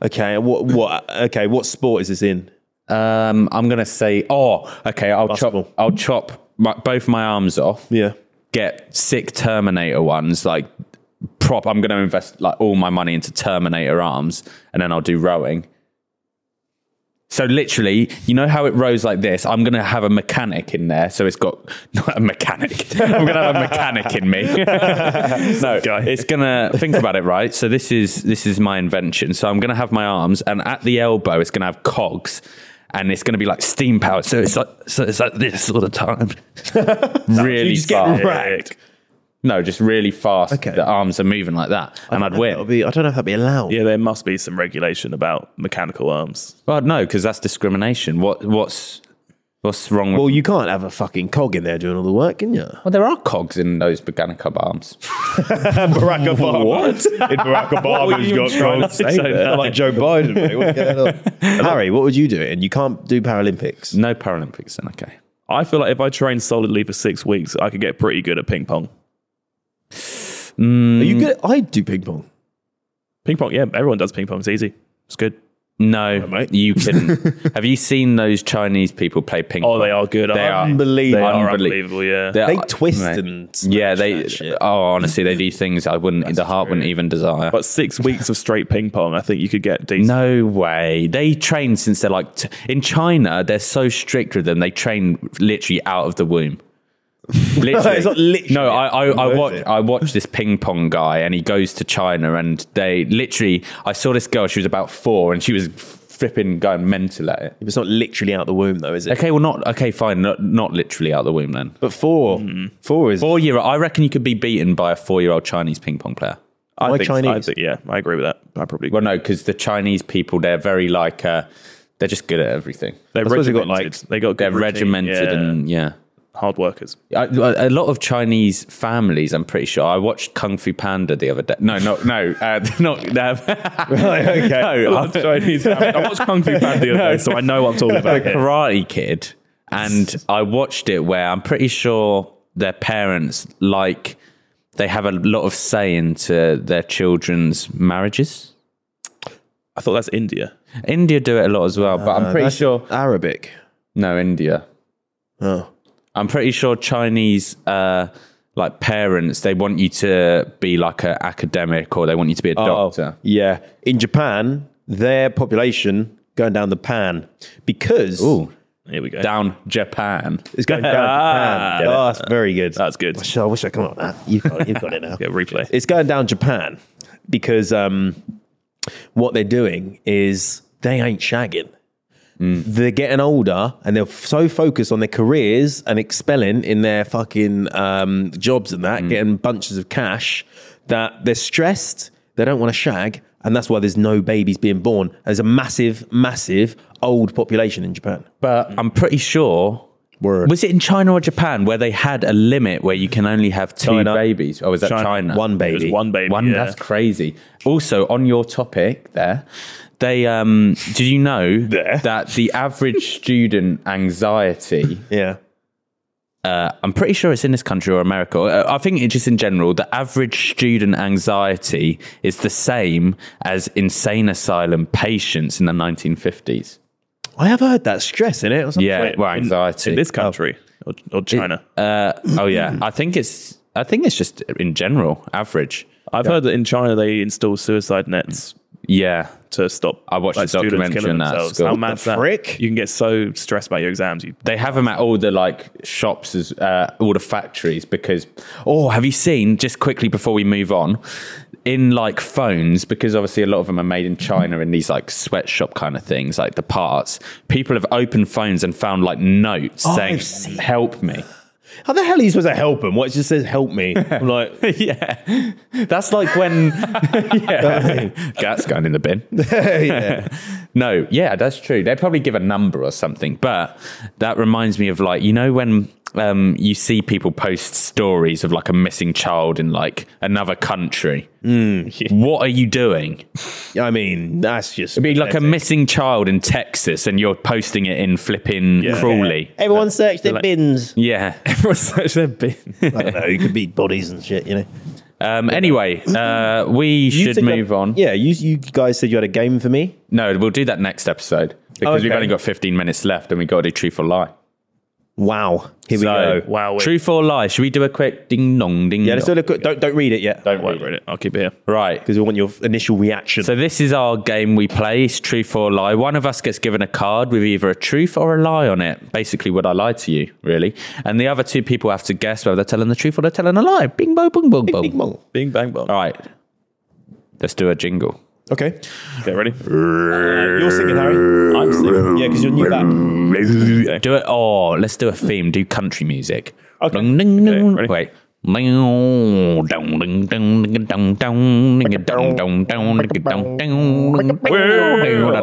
Speaker 1: Okay. What? What? Okay. What sport is this in?
Speaker 2: Um, I'm gonna say, oh, okay, I'll
Speaker 1: Basketball.
Speaker 2: chop, I'll chop my, both my arms off.
Speaker 1: Yeah.
Speaker 2: Get sick Terminator ones, like prop. I'm gonna invest like all my money into Terminator arms, and then I'll do rowing. So literally, you know how it rows like this. I'm gonna have a mechanic in there, so it's got [laughs] not a mechanic. I'm gonna have a mechanic in me. no, it's gonna think about it, right? So this is this is my invention. So I'm gonna have my arms, and at the elbow, it's gonna have cogs, and it's gonna be like steam powered. So it's like so it's like this all the time, really fast.
Speaker 1: racked.
Speaker 2: No, just really fast.
Speaker 1: Okay.
Speaker 2: The arms are moving like that, and I'd
Speaker 1: That'll
Speaker 2: win.
Speaker 1: be. I don't know if that'd be allowed.
Speaker 3: Yeah, there must be some regulation about mechanical arms.
Speaker 2: Well, no, because that's discrimination. What what's what's wrong? with
Speaker 1: Well, you can't have a fucking cog in there doing all the work, can you?
Speaker 2: Well, there are cogs in those Baganica arms.
Speaker 1: [laughs] [laughs] Barack Obama. [laughs] What? In Barack Obama's got cogs. Like
Speaker 2: [laughs]
Speaker 1: Joe Biden. Mate. What's going on? [laughs] Harry, what would you do? And you can't do Paralympics.
Speaker 2: No Paralympics then, okay.
Speaker 3: I feel like if I trained solidly for six weeks, I could get pretty good at ping pong.
Speaker 1: Are you good? I do ping pong.
Speaker 3: Ping pong, yeah, everyone does ping pong. It's easy. It's good.
Speaker 2: No,
Speaker 1: [laughs]
Speaker 2: you couldn't. Have you seen those Chinese people play ping pong?
Speaker 3: Oh, they are good.
Speaker 2: They are.
Speaker 1: Unbelievable.
Speaker 3: They are
Speaker 2: Unbelievable.
Speaker 3: unbelievable. Yeah.
Speaker 2: They're-
Speaker 1: They twist
Speaker 2: mate.
Speaker 1: and snatch
Speaker 2: yeah, they.
Speaker 1: that shit.
Speaker 2: Oh, honestly, they do things I wouldn't. the heart wouldn't even desire.
Speaker 3: but six weeks of straight ping pong, I think you could get decent.
Speaker 2: no way. They train since they're like t- in China. They're so strict with them. They train literally out of the
Speaker 1: [laughs]
Speaker 2: womb. Literally.
Speaker 1: It's not literally.
Speaker 2: No, I, I, I
Speaker 1: Worth
Speaker 2: watch
Speaker 1: it.
Speaker 2: I watch this ping pong guy, and he goes to China, and they literally. I saw this girl. She was about four, and she was flipping going mental at it.
Speaker 1: It's not literally out the womb, though, is it?
Speaker 2: Okay, well, not okay, fine, not, not literally out the womb then.
Speaker 1: But four. Mm. Four [laughs] is.
Speaker 2: Four year, I reckon you could be beaten by a four year old Chinese ping pong player.
Speaker 3: I
Speaker 1: Why
Speaker 3: think,
Speaker 1: Chinese?
Speaker 3: I think, yeah, I agree with that. I probably
Speaker 2: Well, no, because the Chinese people they're very like uh, they're just good at everything.
Speaker 3: they're
Speaker 1: suppose they got,
Speaker 3: regimented. they got
Speaker 2: They're
Speaker 3: good routine,
Speaker 2: regimented
Speaker 3: yeah,
Speaker 2: and yeah.
Speaker 3: hard workers.
Speaker 2: I, a lot of Chinese families, I'm pretty sure. I watched Kung Fu Panda the other day. No, not no, uh, [laughs] not
Speaker 1: Right, okay.
Speaker 2: no. I- [laughs]
Speaker 3: Chinese. I watched Kung Fu Panda the other day, so I know what I'm talking about. here.
Speaker 2: Karate Kid, and I watched it where I'm pretty sure their parents like they have a lot of say into their children's marriages.
Speaker 3: I thought that's India.
Speaker 2: India do it a lot as well, but
Speaker 3: Uh,
Speaker 2: I'm pretty
Speaker 1: That's
Speaker 2: sure
Speaker 1: Arabic.
Speaker 2: no India.
Speaker 1: Oh.
Speaker 2: I'm pretty sure Chinese uh, like parents they want you to be like an academic or they want you to be a
Speaker 1: Oh.
Speaker 2: doctor.
Speaker 1: Yeah. In Japan, their population going down the pan because
Speaker 3: Here we go.
Speaker 2: down Japan.
Speaker 1: It's going down
Speaker 3: Ah,
Speaker 1: Japan.
Speaker 3: get it.
Speaker 1: Oh, that's very good.
Speaker 3: That's good.
Speaker 1: I wish- I wish I come up with that. You've got, you've got it now.
Speaker 3: [laughs] Yeah, replay.
Speaker 1: It's going down Japan because um, what they're doing is they ain't shagging. They're getting older and they're so focused on their careers and expelling in their fucking um, jobs and that, getting bunches of cash, that they're stressed. They don't want to shag. And that's why there's no babies being born. There's a massive, massive old population in Japan.
Speaker 2: But I'm pretty sure.
Speaker 1: Word.
Speaker 2: Was it in China or Japan where they had a limit where you can only have two
Speaker 1: China.
Speaker 2: babies? Or was that China?
Speaker 3: China.
Speaker 1: One
Speaker 3: It was
Speaker 1: baby.
Speaker 3: one baby.
Speaker 2: Uh, One,
Speaker 3: yeah.
Speaker 2: That's crazy. Also, on your topic there, they um, did you know
Speaker 1: There.
Speaker 2: that the average student
Speaker 1: [laughs]
Speaker 2: anxiety
Speaker 1: Yeah.
Speaker 2: uh, I'm pretty sure it's in this country or America. or, uh, I think it's just in general, the average student anxiety is the same as insane asylum patients in the 1950s.
Speaker 1: I have heard that stress in it or something.
Speaker 2: Yeah, well,
Speaker 3: In-
Speaker 2: anxiety.
Speaker 3: in this country or, or China.
Speaker 2: uh, oh yeah, I think it's. I think it's just in general average.
Speaker 3: I've heard that in China they install suicide nets
Speaker 2: Yeah,
Speaker 3: to stop. I
Speaker 2: watched a documentary on that at school.
Speaker 3: How
Speaker 2: What
Speaker 3: mad's that?
Speaker 1: frick?
Speaker 3: You can get so stressed about your exams. You
Speaker 2: they have them at all the like shops as uh, all the factories because oh have you seen just quickly before we move on in like phones because obviously a lot of them are made in china in these like sweatshop kind of things like the parts people have opened phones and found like notes
Speaker 1: Oh,
Speaker 2: saying
Speaker 1: I've seen-
Speaker 2: help me
Speaker 1: How the hell are you supposed to help him? What it just says help me? I'm like, [laughs]
Speaker 2: [laughs] yeah that's like when [laughs] yeah that's going in the bin
Speaker 1: yeah.
Speaker 2: No, yeah, that's true. They'd probably give a number or something. But that reminds me of like, you know, when um, you see people post stories of like a missing child in like another country,
Speaker 1: Mm.
Speaker 2: [laughs] what are you doing?
Speaker 1: I mean, that's just
Speaker 2: Be like a missing child in Texas and you're posting it in flipping Crawley.
Speaker 1: Everyone search their [laughs] bins.
Speaker 2: Yeah.
Speaker 3: everyone's such a bin.
Speaker 1: I don't know. You could be bodies and shit. You know.
Speaker 2: Um, anyway, uh, we
Speaker 1: You
Speaker 2: should
Speaker 1: said you had-
Speaker 2: move on.
Speaker 1: Yeah, you you guys said you had a game for me.
Speaker 2: No, we'll do that next episode because we've
Speaker 1: Okay.
Speaker 2: only got 15 minutes left and we've got to do truth or lie.
Speaker 1: Wow. Here we
Speaker 2: So,
Speaker 1: go.
Speaker 3: Wow, wait.
Speaker 2: Truth or lie? Should we do a quick ding dong ding?
Speaker 1: Oh, Yeah, let's do
Speaker 2: dong?
Speaker 1: a look. Don't don't read it yet
Speaker 2: Don't
Speaker 3: I won't read it. I'll keep it here.
Speaker 2: Right.
Speaker 1: because we want your initial reaction.
Speaker 2: So this is our game we play. It's truth or lie. One of us gets given a card with either a truth or a lie on it. Basically, would I lie to you, really? And the other two people have to guess whether they're telling the truth or they're telling a lie. Bing, bo, bing, bong,
Speaker 1: Bing
Speaker 2: bong.
Speaker 1: bong.
Speaker 3: Bing bang bong.
Speaker 2: All right. Let's do a jingle.
Speaker 1: Okay.
Speaker 3: Okay, ready?
Speaker 1: You're singing, Harry. I'm singing. Yeah, because you're new back.
Speaker 2: Do it. Oh, let's do a theme. Do country music.
Speaker 1: Okay.
Speaker 2: Dun, dun, dun.
Speaker 3: ready?
Speaker 2: Wait. Dun, dun, dun, dun, dun, dun, dun, dun, dun, dun, dun, dun, dun.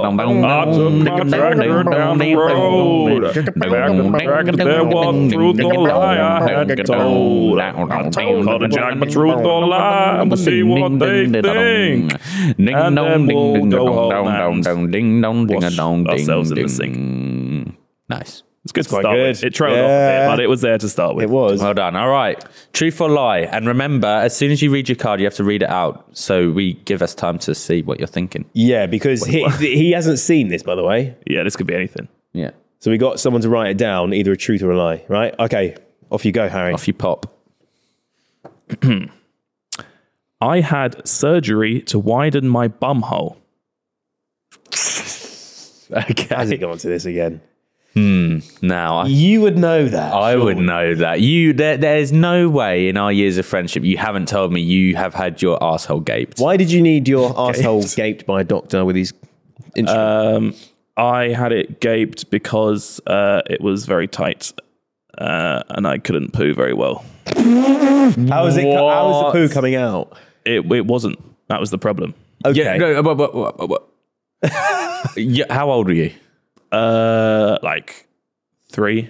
Speaker 2: Nice.
Speaker 3: It's good to
Speaker 1: quite
Speaker 3: start
Speaker 1: good.
Speaker 3: with. It trailed
Speaker 1: Yeah.
Speaker 3: off a bit, but it was there to start with.
Speaker 1: It was.
Speaker 2: Well done. All right. Truth or lie? And remember, as soon as you read your card, you have to read it out. So we give us time to see what you're thinking.
Speaker 1: Yeah, because he he hasn't seen this by the way.
Speaker 3: Yeah, this could be anything.
Speaker 2: Yeah.
Speaker 1: So we got someone to write it down, either a truth or a lie. Right? Okay. Off [laughs] you go, Harry.
Speaker 2: Off you pop.
Speaker 3: I had surgery to widen my bum hole.
Speaker 1: Has it
Speaker 2: Okay.
Speaker 1: gone to this again?
Speaker 2: Now, I,
Speaker 1: You would know that.
Speaker 2: I would know that. You there, There's no way in our years of friendship you haven't told me you have had your asshole gaped.
Speaker 1: Why did you need your asshole gaped by a doctor with his instrument?
Speaker 3: Um, I had it gaped because uh, it was very tight uh, and I couldn't poo very well.
Speaker 1: how is it? co- How is the poo coming out?
Speaker 3: It, it wasn't. That was the problem.
Speaker 1: Okay.
Speaker 2: Yeah. No, but, but, but, but, but- [laughs] yeah. How old were you?
Speaker 3: Uh, like three.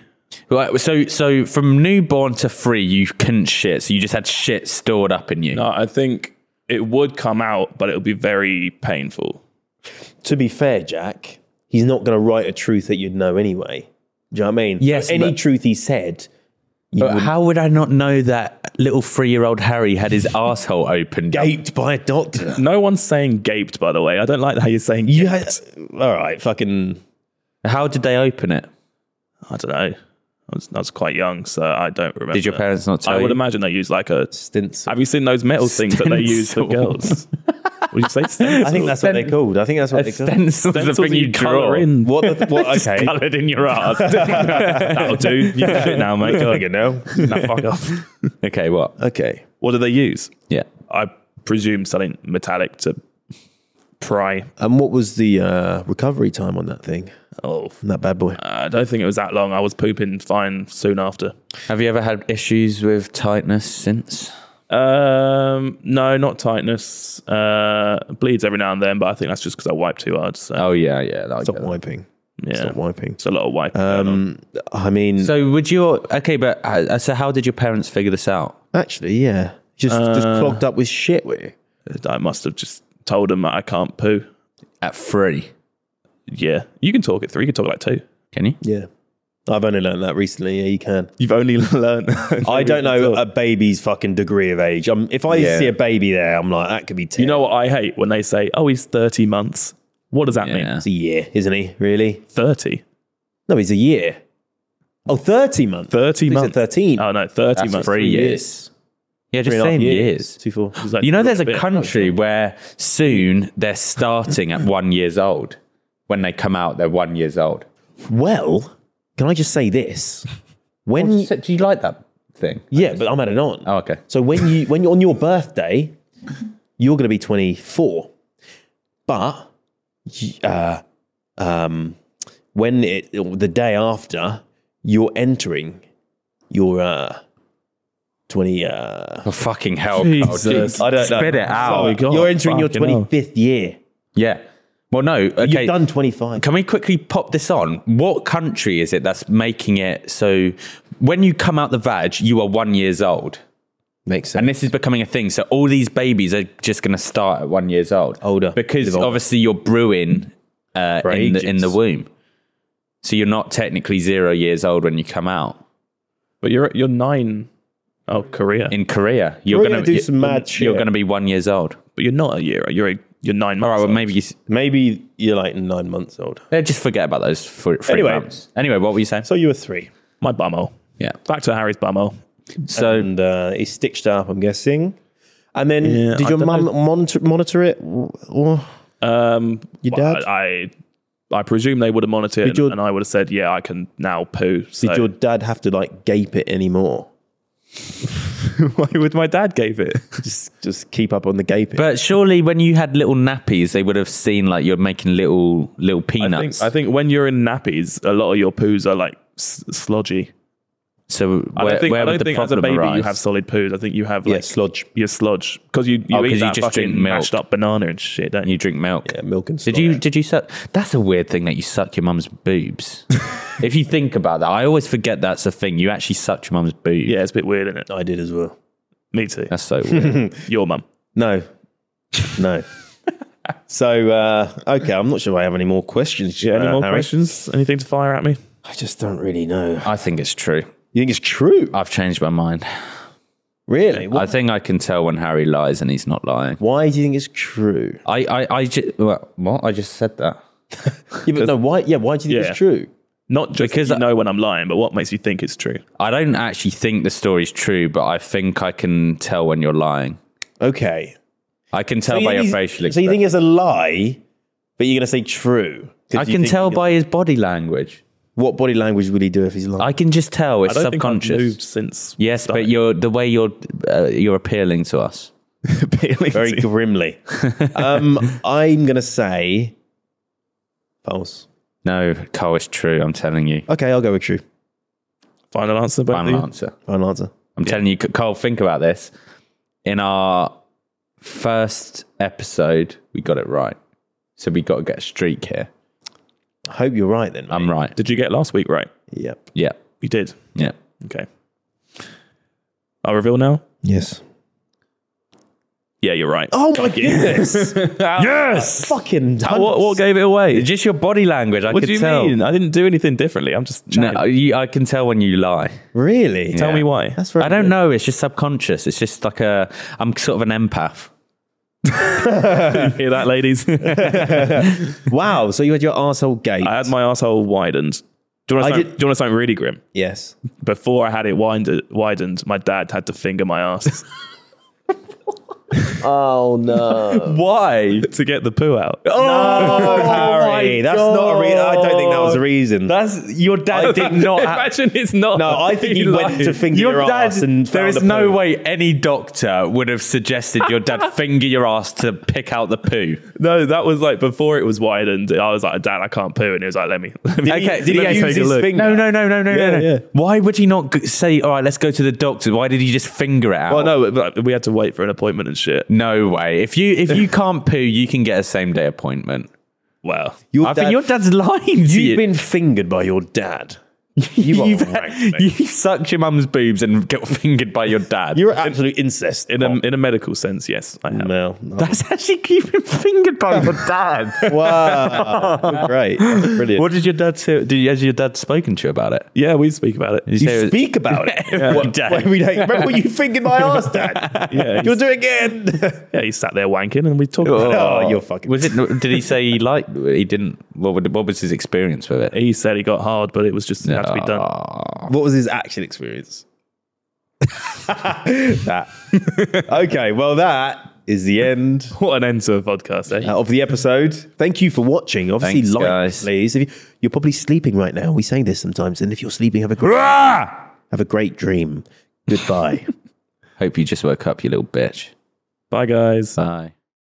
Speaker 2: Right, so, so from newborn to three, you couldn't shit. So you just had shit stored up in you.
Speaker 3: No, I think it would come out, but it would be very painful.
Speaker 1: To be fair, Jack, he's not going to write a truth that you'd know anyway. Do you know what I mean?
Speaker 2: Yes,
Speaker 1: Any
Speaker 2: but-
Speaker 1: truth he said,
Speaker 2: But how would I not know that little three-year-old Harry had his asshole opened? up?
Speaker 1: gaped by a doctor.
Speaker 3: No one's saying gaped, by the way. I don't like how you're saying.
Speaker 1: You
Speaker 3: Yeah,
Speaker 1: had, [laughs] all right, fucking.
Speaker 2: How did they open it?
Speaker 3: I don't know. I was, I was quite young, so I don't remember.
Speaker 2: Did your parents not tell
Speaker 3: I would
Speaker 2: you?
Speaker 3: imagine they use like a.
Speaker 1: Stints.
Speaker 3: Have you seen those metal things that they use for
Speaker 2: Stencil.
Speaker 3: girls? Would you say stencil?
Speaker 1: I think that's what they're called. I think that's what
Speaker 2: A [laughs]
Speaker 1: they're called.
Speaker 2: stencil is the
Speaker 3: Stencils
Speaker 2: thing you draw.
Speaker 3: colour in.
Speaker 1: What? The,
Speaker 2: [laughs]
Speaker 1: what? Okay.
Speaker 3: Coloured in [laughs] your ass. That'll do. You can do it now, mate. Go again.
Speaker 1: now.
Speaker 3: Nah, fuck off.
Speaker 2: Okay, what?
Speaker 1: Okay.
Speaker 3: What do they use?
Speaker 2: Yeah.
Speaker 3: I presume something metallic to pry.
Speaker 1: And what was the uh, recovery time on that thing?
Speaker 3: Oh,
Speaker 1: On that bad boy?
Speaker 3: I don't think it was that long. I was pooping fine soon after.
Speaker 2: Have you ever had issues with tightness since?
Speaker 3: Um, no, not tightness. Uh, bleeds every now and then, but I think that's just because I wipe too hard. So
Speaker 2: Oh yeah, yeah. Like
Speaker 1: Stop wiping.
Speaker 3: yeah,
Speaker 1: Stop wiping.
Speaker 3: it's a lot of wiping.
Speaker 2: Uh,
Speaker 1: Um, I mean,
Speaker 2: So would you? Okay, but uh, so how did your parents figure this out?
Speaker 1: actually, yeah. Just, just clogged up with shit. With
Speaker 3: I must have just told them that I can't poo.
Speaker 2: At three,
Speaker 3: Yeah, you can talk it through. You can talk like two.
Speaker 2: can you?
Speaker 1: yeah. I've only learned that recently. Yeah, you can.
Speaker 2: [laughs]
Speaker 3: You've only [laughs] learned.
Speaker 1: I don't know a baby's fucking degree of age. Um, if I
Speaker 2: Yeah.
Speaker 1: see a baby there, I'm like, that could be 10.
Speaker 3: You know what I hate when they say, "Oh, he's thirty months." What does that mean?
Speaker 2: Yeah.
Speaker 1: it's a year, isn't he? Really?
Speaker 3: Thirty.
Speaker 1: No, he's a year. Oh, 30 months. Uh,
Speaker 3: Thirty
Speaker 1: He's at
Speaker 3: months.
Speaker 1: 13.
Speaker 3: Oh no, thirty
Speaker 2: That's
Speaker 3: months.
Speaker 2: three years. Yeah, just saying years.
Speaker 1: Two, four.
Speaker 3: It's like-
Speaker 2: You know, there's a
Speaker 3: bit-
Speaker 2: country where soon they're starting at one years old. When they come out, they're one years old.
Speaker 1: Well, can I just say [laughs] this? When
Speaker 2: So, do you like that thing?
Speaker 1: yeah, but I'm added on.
Speaker 2: Oh, okay.
Speaker 1: So when you when you're on your birthday, you're going to be 24. But y- uh, um, when it the day after, you're entering your uh, 20. Uh, Oh
Speaker 2: Oh, fucking hell!
Speaker 3: Jesus.
Speaker 2: Carl, dude.
Speaker 1: I don't know.
Speaker 2: Spit it out.
Speaker 3: Sorry, God.
Speaker 1: you're entering your
Speaker 3: fucking hell.
Speaker 1: 25th year.
Speaker 2: Yeah. Well, no. Okay.
Speaker 1: You've done 25.
Speaker 2: Can we quickly pop this on? What country is it that's making it so when you come out the vag, you are one years old?
Speaker 1: Makes sense.
Speaker 2: And this is becoming a thing. So all these babies are just going to start at one years old.
Speaker 1: Older.
Speaker 2: Because
Speaker 1: Live older.
Speaker 2: obviously you're brewing uh, in, the, in
Speaker 1: ages.
Speaker 2: the womb. So you're not technically zero years old when you come out.
Speaker 3: But you're you're nine. Oh, Korea.
Speaker 2: In Korea, you're
Speaker 1: Korea
Speaker 2: going to
Speaker 1: do some mad shit.
Speaker 2: You're going to be one years old.
Speaker 3: but you're not a year. You're a, you're nine
Speaker 2: All right,
Speaker 3: months.
Speaker 2: well,
Speaker 3: old.
Speaker 2: maybe you, s-
Speaker 1: Maybe you're like nine months old.
Speaker 2: eh, just forget about those three, three
Speaker 1: Anyway.
Speaker 2: months. Anyway, what were you saying?
Speaker 1: So you were three.
Speaker 3: My bumhole.
Speaker 2: yeah.
Speaker 3: Back to Harry's bumhole.
Speaker 2: So
Speaker 1: and uh, it's stitched up, I'm guessing. And then
Speaker 3: Yeah,
Speaker 1: did
Speaker 3: I
Speaker 1: your
Speaker 3: don't
Speaker 1: mum
Speaker 3: know.
Speaker 1: monitor, monitor it? Or
Speaker 3: Um,
Speaker 1: your
Speaker 3: well,
Speaker 1: dad?
Speaker 3: I, I I presume they would have monitored,
Speaker 1: Did your-
Speaker 3: and I would have said, "Yeah, I can now poo." So
Speaker 1: did your dad have to like gape it anymore?
Speaker 3: [laughs]
Speaker 1: [laughs]
Speaker 3: why would my dad
Speaker 2: [laughs]
Speaker 3: gave it?
Speaker 1: Just just keep up on the gaping.
Speaker 2: But surely, when you had little nappies, they would have seen like you're making little little
Speaker 3: I think,
Speaker 2: peanuts.
Speaker 3: I think when you're in nappies, a lot of your poos are like s- slodgy.
Speaker 2: so
Speaker 3: I
Speaker 2: where,
Speaker 3: don't think,
Speaker 2: where
Speaker 3: I don't
Speaker 2: would the
Speaker 3: think as a
Speaker 2: problem
Speaker 3: baby
Speaker 2: arise?
Speaker 3: you have solid poos. I think you have like
Speaker 1: yeah, sludge.
Speaker 3: your sludge because you you
Speaker 2: Oh,
Speaker 3: eat
Speaker 2: 'cause you
Speaker 3: that
Speaker 2: just
Speaker 3: fucking
Speaker 2: drink milk.
Speaker 3: mashed up banana and shit, don't
Speaker 2: And you
Speaker 3: you?
Speaker 2: drink milk.
Speaker 1: Yeah, milk and sludge.
Speaker 2: Did you did you suck? That's a weird thing that you suck your mum's
Speaker 3: [laughs]
Speaker 2: boobs. if you think about that, I always forget that's a thing. You actually suck your mum's boobs.
Speaker 3: Yeah, it's a bit weird, isn't it?
Speaker 1: I did as well.
Speaker 3: Me too.
Speaker 2: That's so
Speaker 3: [laughs]
Speaker 2: weird.
Speaker 3: Your mum.
Speaker 2: [laughs]
Speaker 1: No, no. so uh, okay, I'm not sure I have any more questions.
Speaker 3: Yeah. Any
Speaker 1: uh,
Speaker 3: more
Speaker 1: Harry.
Speaker 3: questions? Anything to fire at me?
Speaker 1: I just don't really know.
Speaker 2: I think it's true.
Speaker 1: You think it's true?
Speaker 2: I've changed my mind.
Speaker 1: Really? Why,
Speaker 2: I think I can tell when Harry lies and he's not lying.
Speaker 1: why do you think it's true?
Speaker 2: I I, I just well, what I just said that.
Speaker 1: Yeah, but no. Why? Yeah, why do you think
Speaker 3: Yeah.
Speaker 1: it's true?
Speaker 3: Not just because
Speaker 2: Because
Speaker 3: you
Speaker 2: I-
Speaker 3: know when I'm lying, but what makes you think it's true?
Speaker 2: I don't actually think the story's true, but I think I can tell when you're lying.
Speaker 1: Okay.
Speaker 2: I can tell
Speaker 1: So you
Speaker 2: by
Speaker 1: think
Speaker 2: your
Speaker 1: he's-
Speaker 2: facial
Speaker 1: So
Speaker 2: expression.
Speaker 1: you think it's a lie, but you're going to say true? 'Cause
Speaker 2: I
Speaker 1: you
Speaker 2: can
Speaker 1: think-
Speaker 2: tell by his body language.
Speaker 1: What body language would he do if he's lying?
Speaker 2: I can just tell
Speaker 3: I
Speaker 2: it's
Speaker 3: don't think I've
Speaker 2: subconscious.
Speaker 3: moved since.
Speaker 2: Yes, but you're the way you're uh, you're appealing to us.
Speaker 3: appealing
Speaker 1: Very
Speaker 3: to-
Speaker 1: [laughs] grimly. um, I'm going to say false.
Speaker 2: No, Carl, it's true. I'm telling you.
Speaker 1: Okay, I'll go with true.
Speaker 3: Final answer, both of
Speaker 2: Final
Speaker 3: you?
Speaker 2: answer.
Speaker 1: Final answer.
Speaker 2: I'm telling you, C- Carl. Think about this. In our first episode, we got it right, so we got to get a streak here.
Speaker 1: I hope you're right then.
Speaker 2: I'm right.
Speaker 3: Did you get last week right?
Speaker 1: Yep.
Speaker 2: Yeah,
Speaker 3: You did.
Speaker 2: yeah.
Speaker 3: Okay. I'll reveal now.
Speaker 1: Yes.
Speaker 3: Yeah, you're right.
Speaker 1: Oh my [laughs] goodness.
Speaker 3: yes.
Speaker 1: Fucking.
Speaker 3: How- what, what gave it away?
Speaker 2: Just your body language. I
Speaker 3: what
Speaker 2: could
Speaker 3: do you
Speaker 2: tell.
Speaker 3: mean? I didn't do anything differently. I'm just chatting.
Speaker 2: No, you, I can tell when you lie.
Speaker 1: Really?
Speaker 3: Tell
Speaker 2: Yeah.
Speaker 3: me why.
Speaker 1: That's very
Speaker 2: I don't
Speaker 1: good.
Speaker 2: know. It's just subconscious. It's just like a. I'm sort of an empath.
Speaker 3: [laughs] Hear that,
Speaker 2: [laughs]
Speaker 3: ladies? I
Speaker 1: Wow. So you had your arsehole gate.
Speaker 3: had my asshole widened. Do you want
Speaker 1: I
Speaker 3: to sound,
Speaker 1: did-
Speaker 3: do you wanna sound really grim?
Speaker 1: yes.
Speaker 3: Before I had it widened, widened, my dad had to finger my ass.
Speaker 1: Oh no.
Speaker 2: [laughs] Why?
Speaker 3: [laughs] to get the poo out.
Speaker 1: [laughs] Oh, Harry,
Speaker 2: my
Speaker 1: that's not a reason. I don't think that was a
Speaker 2: God.
Speaker 1: reason.
Speaker 2: That's your [laughs] dad did not.
Speaker 3: Imagine it's not.
Speaker 1: no, I think he,
Speaker 2: He
Speaker 1: went
Speaker 2: lied.
Speaker 1: to finger your, ass and
Speaker 2: there
Speaker 1: found
Speaker 2: is
Speaker 1: a
Speaker 2: no
Speaker 1: poo.
Speaker 2: way any doctor would have suggested
Speaker 1: [laughs]
Speaker 2: your dad finger your ass to pick out the poo.
Speaker 3: no, that was like before it was widened. I was like, Dad, I can't poo, and he was like, Let me. Let me
Speaker 2: Okay,
Speaker 3: let
Speaker 2: did he
Speaker 3: me
Speaker 2: use
Speaker 3: take a
Speaker 1: his
Speaker 3: look.
Speaker 1: finger?
Speaker 2: No, no, no, no, no,
Speaker 1: Yeah,
Speaker 2: no, no.
Speaker 1: yeah.
Speaker 2: Why would he not g- say, "All right, let's go to the doctor"? Why did he just finger it out?
Speaker 3: Well, Oh, no, but we had to wait for an appointment and shit.
Speaker 2: No way. If you if
Speaker 1: [laughs]
Speaker 2: you can't poo, you can get a same day appointment.
Speaker 3: Well,
Speaker 1: Your
Speaker 2: I
Speaker 1: dad-
Speaker 2: think your dad's lying to you.
Speaker 1: You've been fingered by your [laughs] dad. You are
Speaker 2: You've-
Speaker 1: rank, mate.
Speaker 2: [laughs] you sucked your mum's boobs and got fingered by your dad.
Speaker 1: You're absolute incest.
Speaker 3: in
Speaker 2: Oh.
Speaker 3: a in a medical sense, yes, I have.
Speaker 1: Oh, [laughs] no, no.
Speaker 2: [laughs] That's actually keeping fingered by your dad.
Speaker 1: Wow, great, That's brilliant.
Speaker 2: [laughs] what did your dad say? Did you, has your dad spoken to you about [laughs] it?
Speaker 3: Yeah, we speak about it.
Speaker 2: Did he say it
Speaker 1: you
Speaker 2: was-
Speaker 1: speak about it every day. Every day. Remember when you fingered my ass, [laughs] Dad?
Speaker 3: Yeah,
Speaker 1: You'll
Speaker 3: he's-
Speaker 1: do it [laughs] again.
Speaker 3: yeah, he sat there wanking, and we talked.
Speaker 2: Oh.
Speaker 3: About it.
Speaker 1: oh, you're fucking.
Speaker 2: Was it? Did he say he liked? He didn't. What, would, what was his experience with it?
Speaker 3: He said he got hard, but it was just it had to be done.
Speaker 2: Oh.
Speaker 1: What was his actual experience? [laughs] that. okay, well, that is the end
Speaker 3: What an end to a podcast, eh?
Speaker 1: uh, of the episode. Thank you for watching. Obviously,
Speaker 2: Thanks,
Speaker 1: like,
Speaker 2: guys.
Speaker 1: please. If you, you're probably sleeping right now. We say this sometimes. And if you're sleeping, have a great,
Speaker 2: Ah!
Speaker 1: have a great dream. Goodbye. [laughs]
Speaker 2: Hope you just woke up, you little bitch.
Speaker 3: Bye, guys.
Speaker 2: Bye.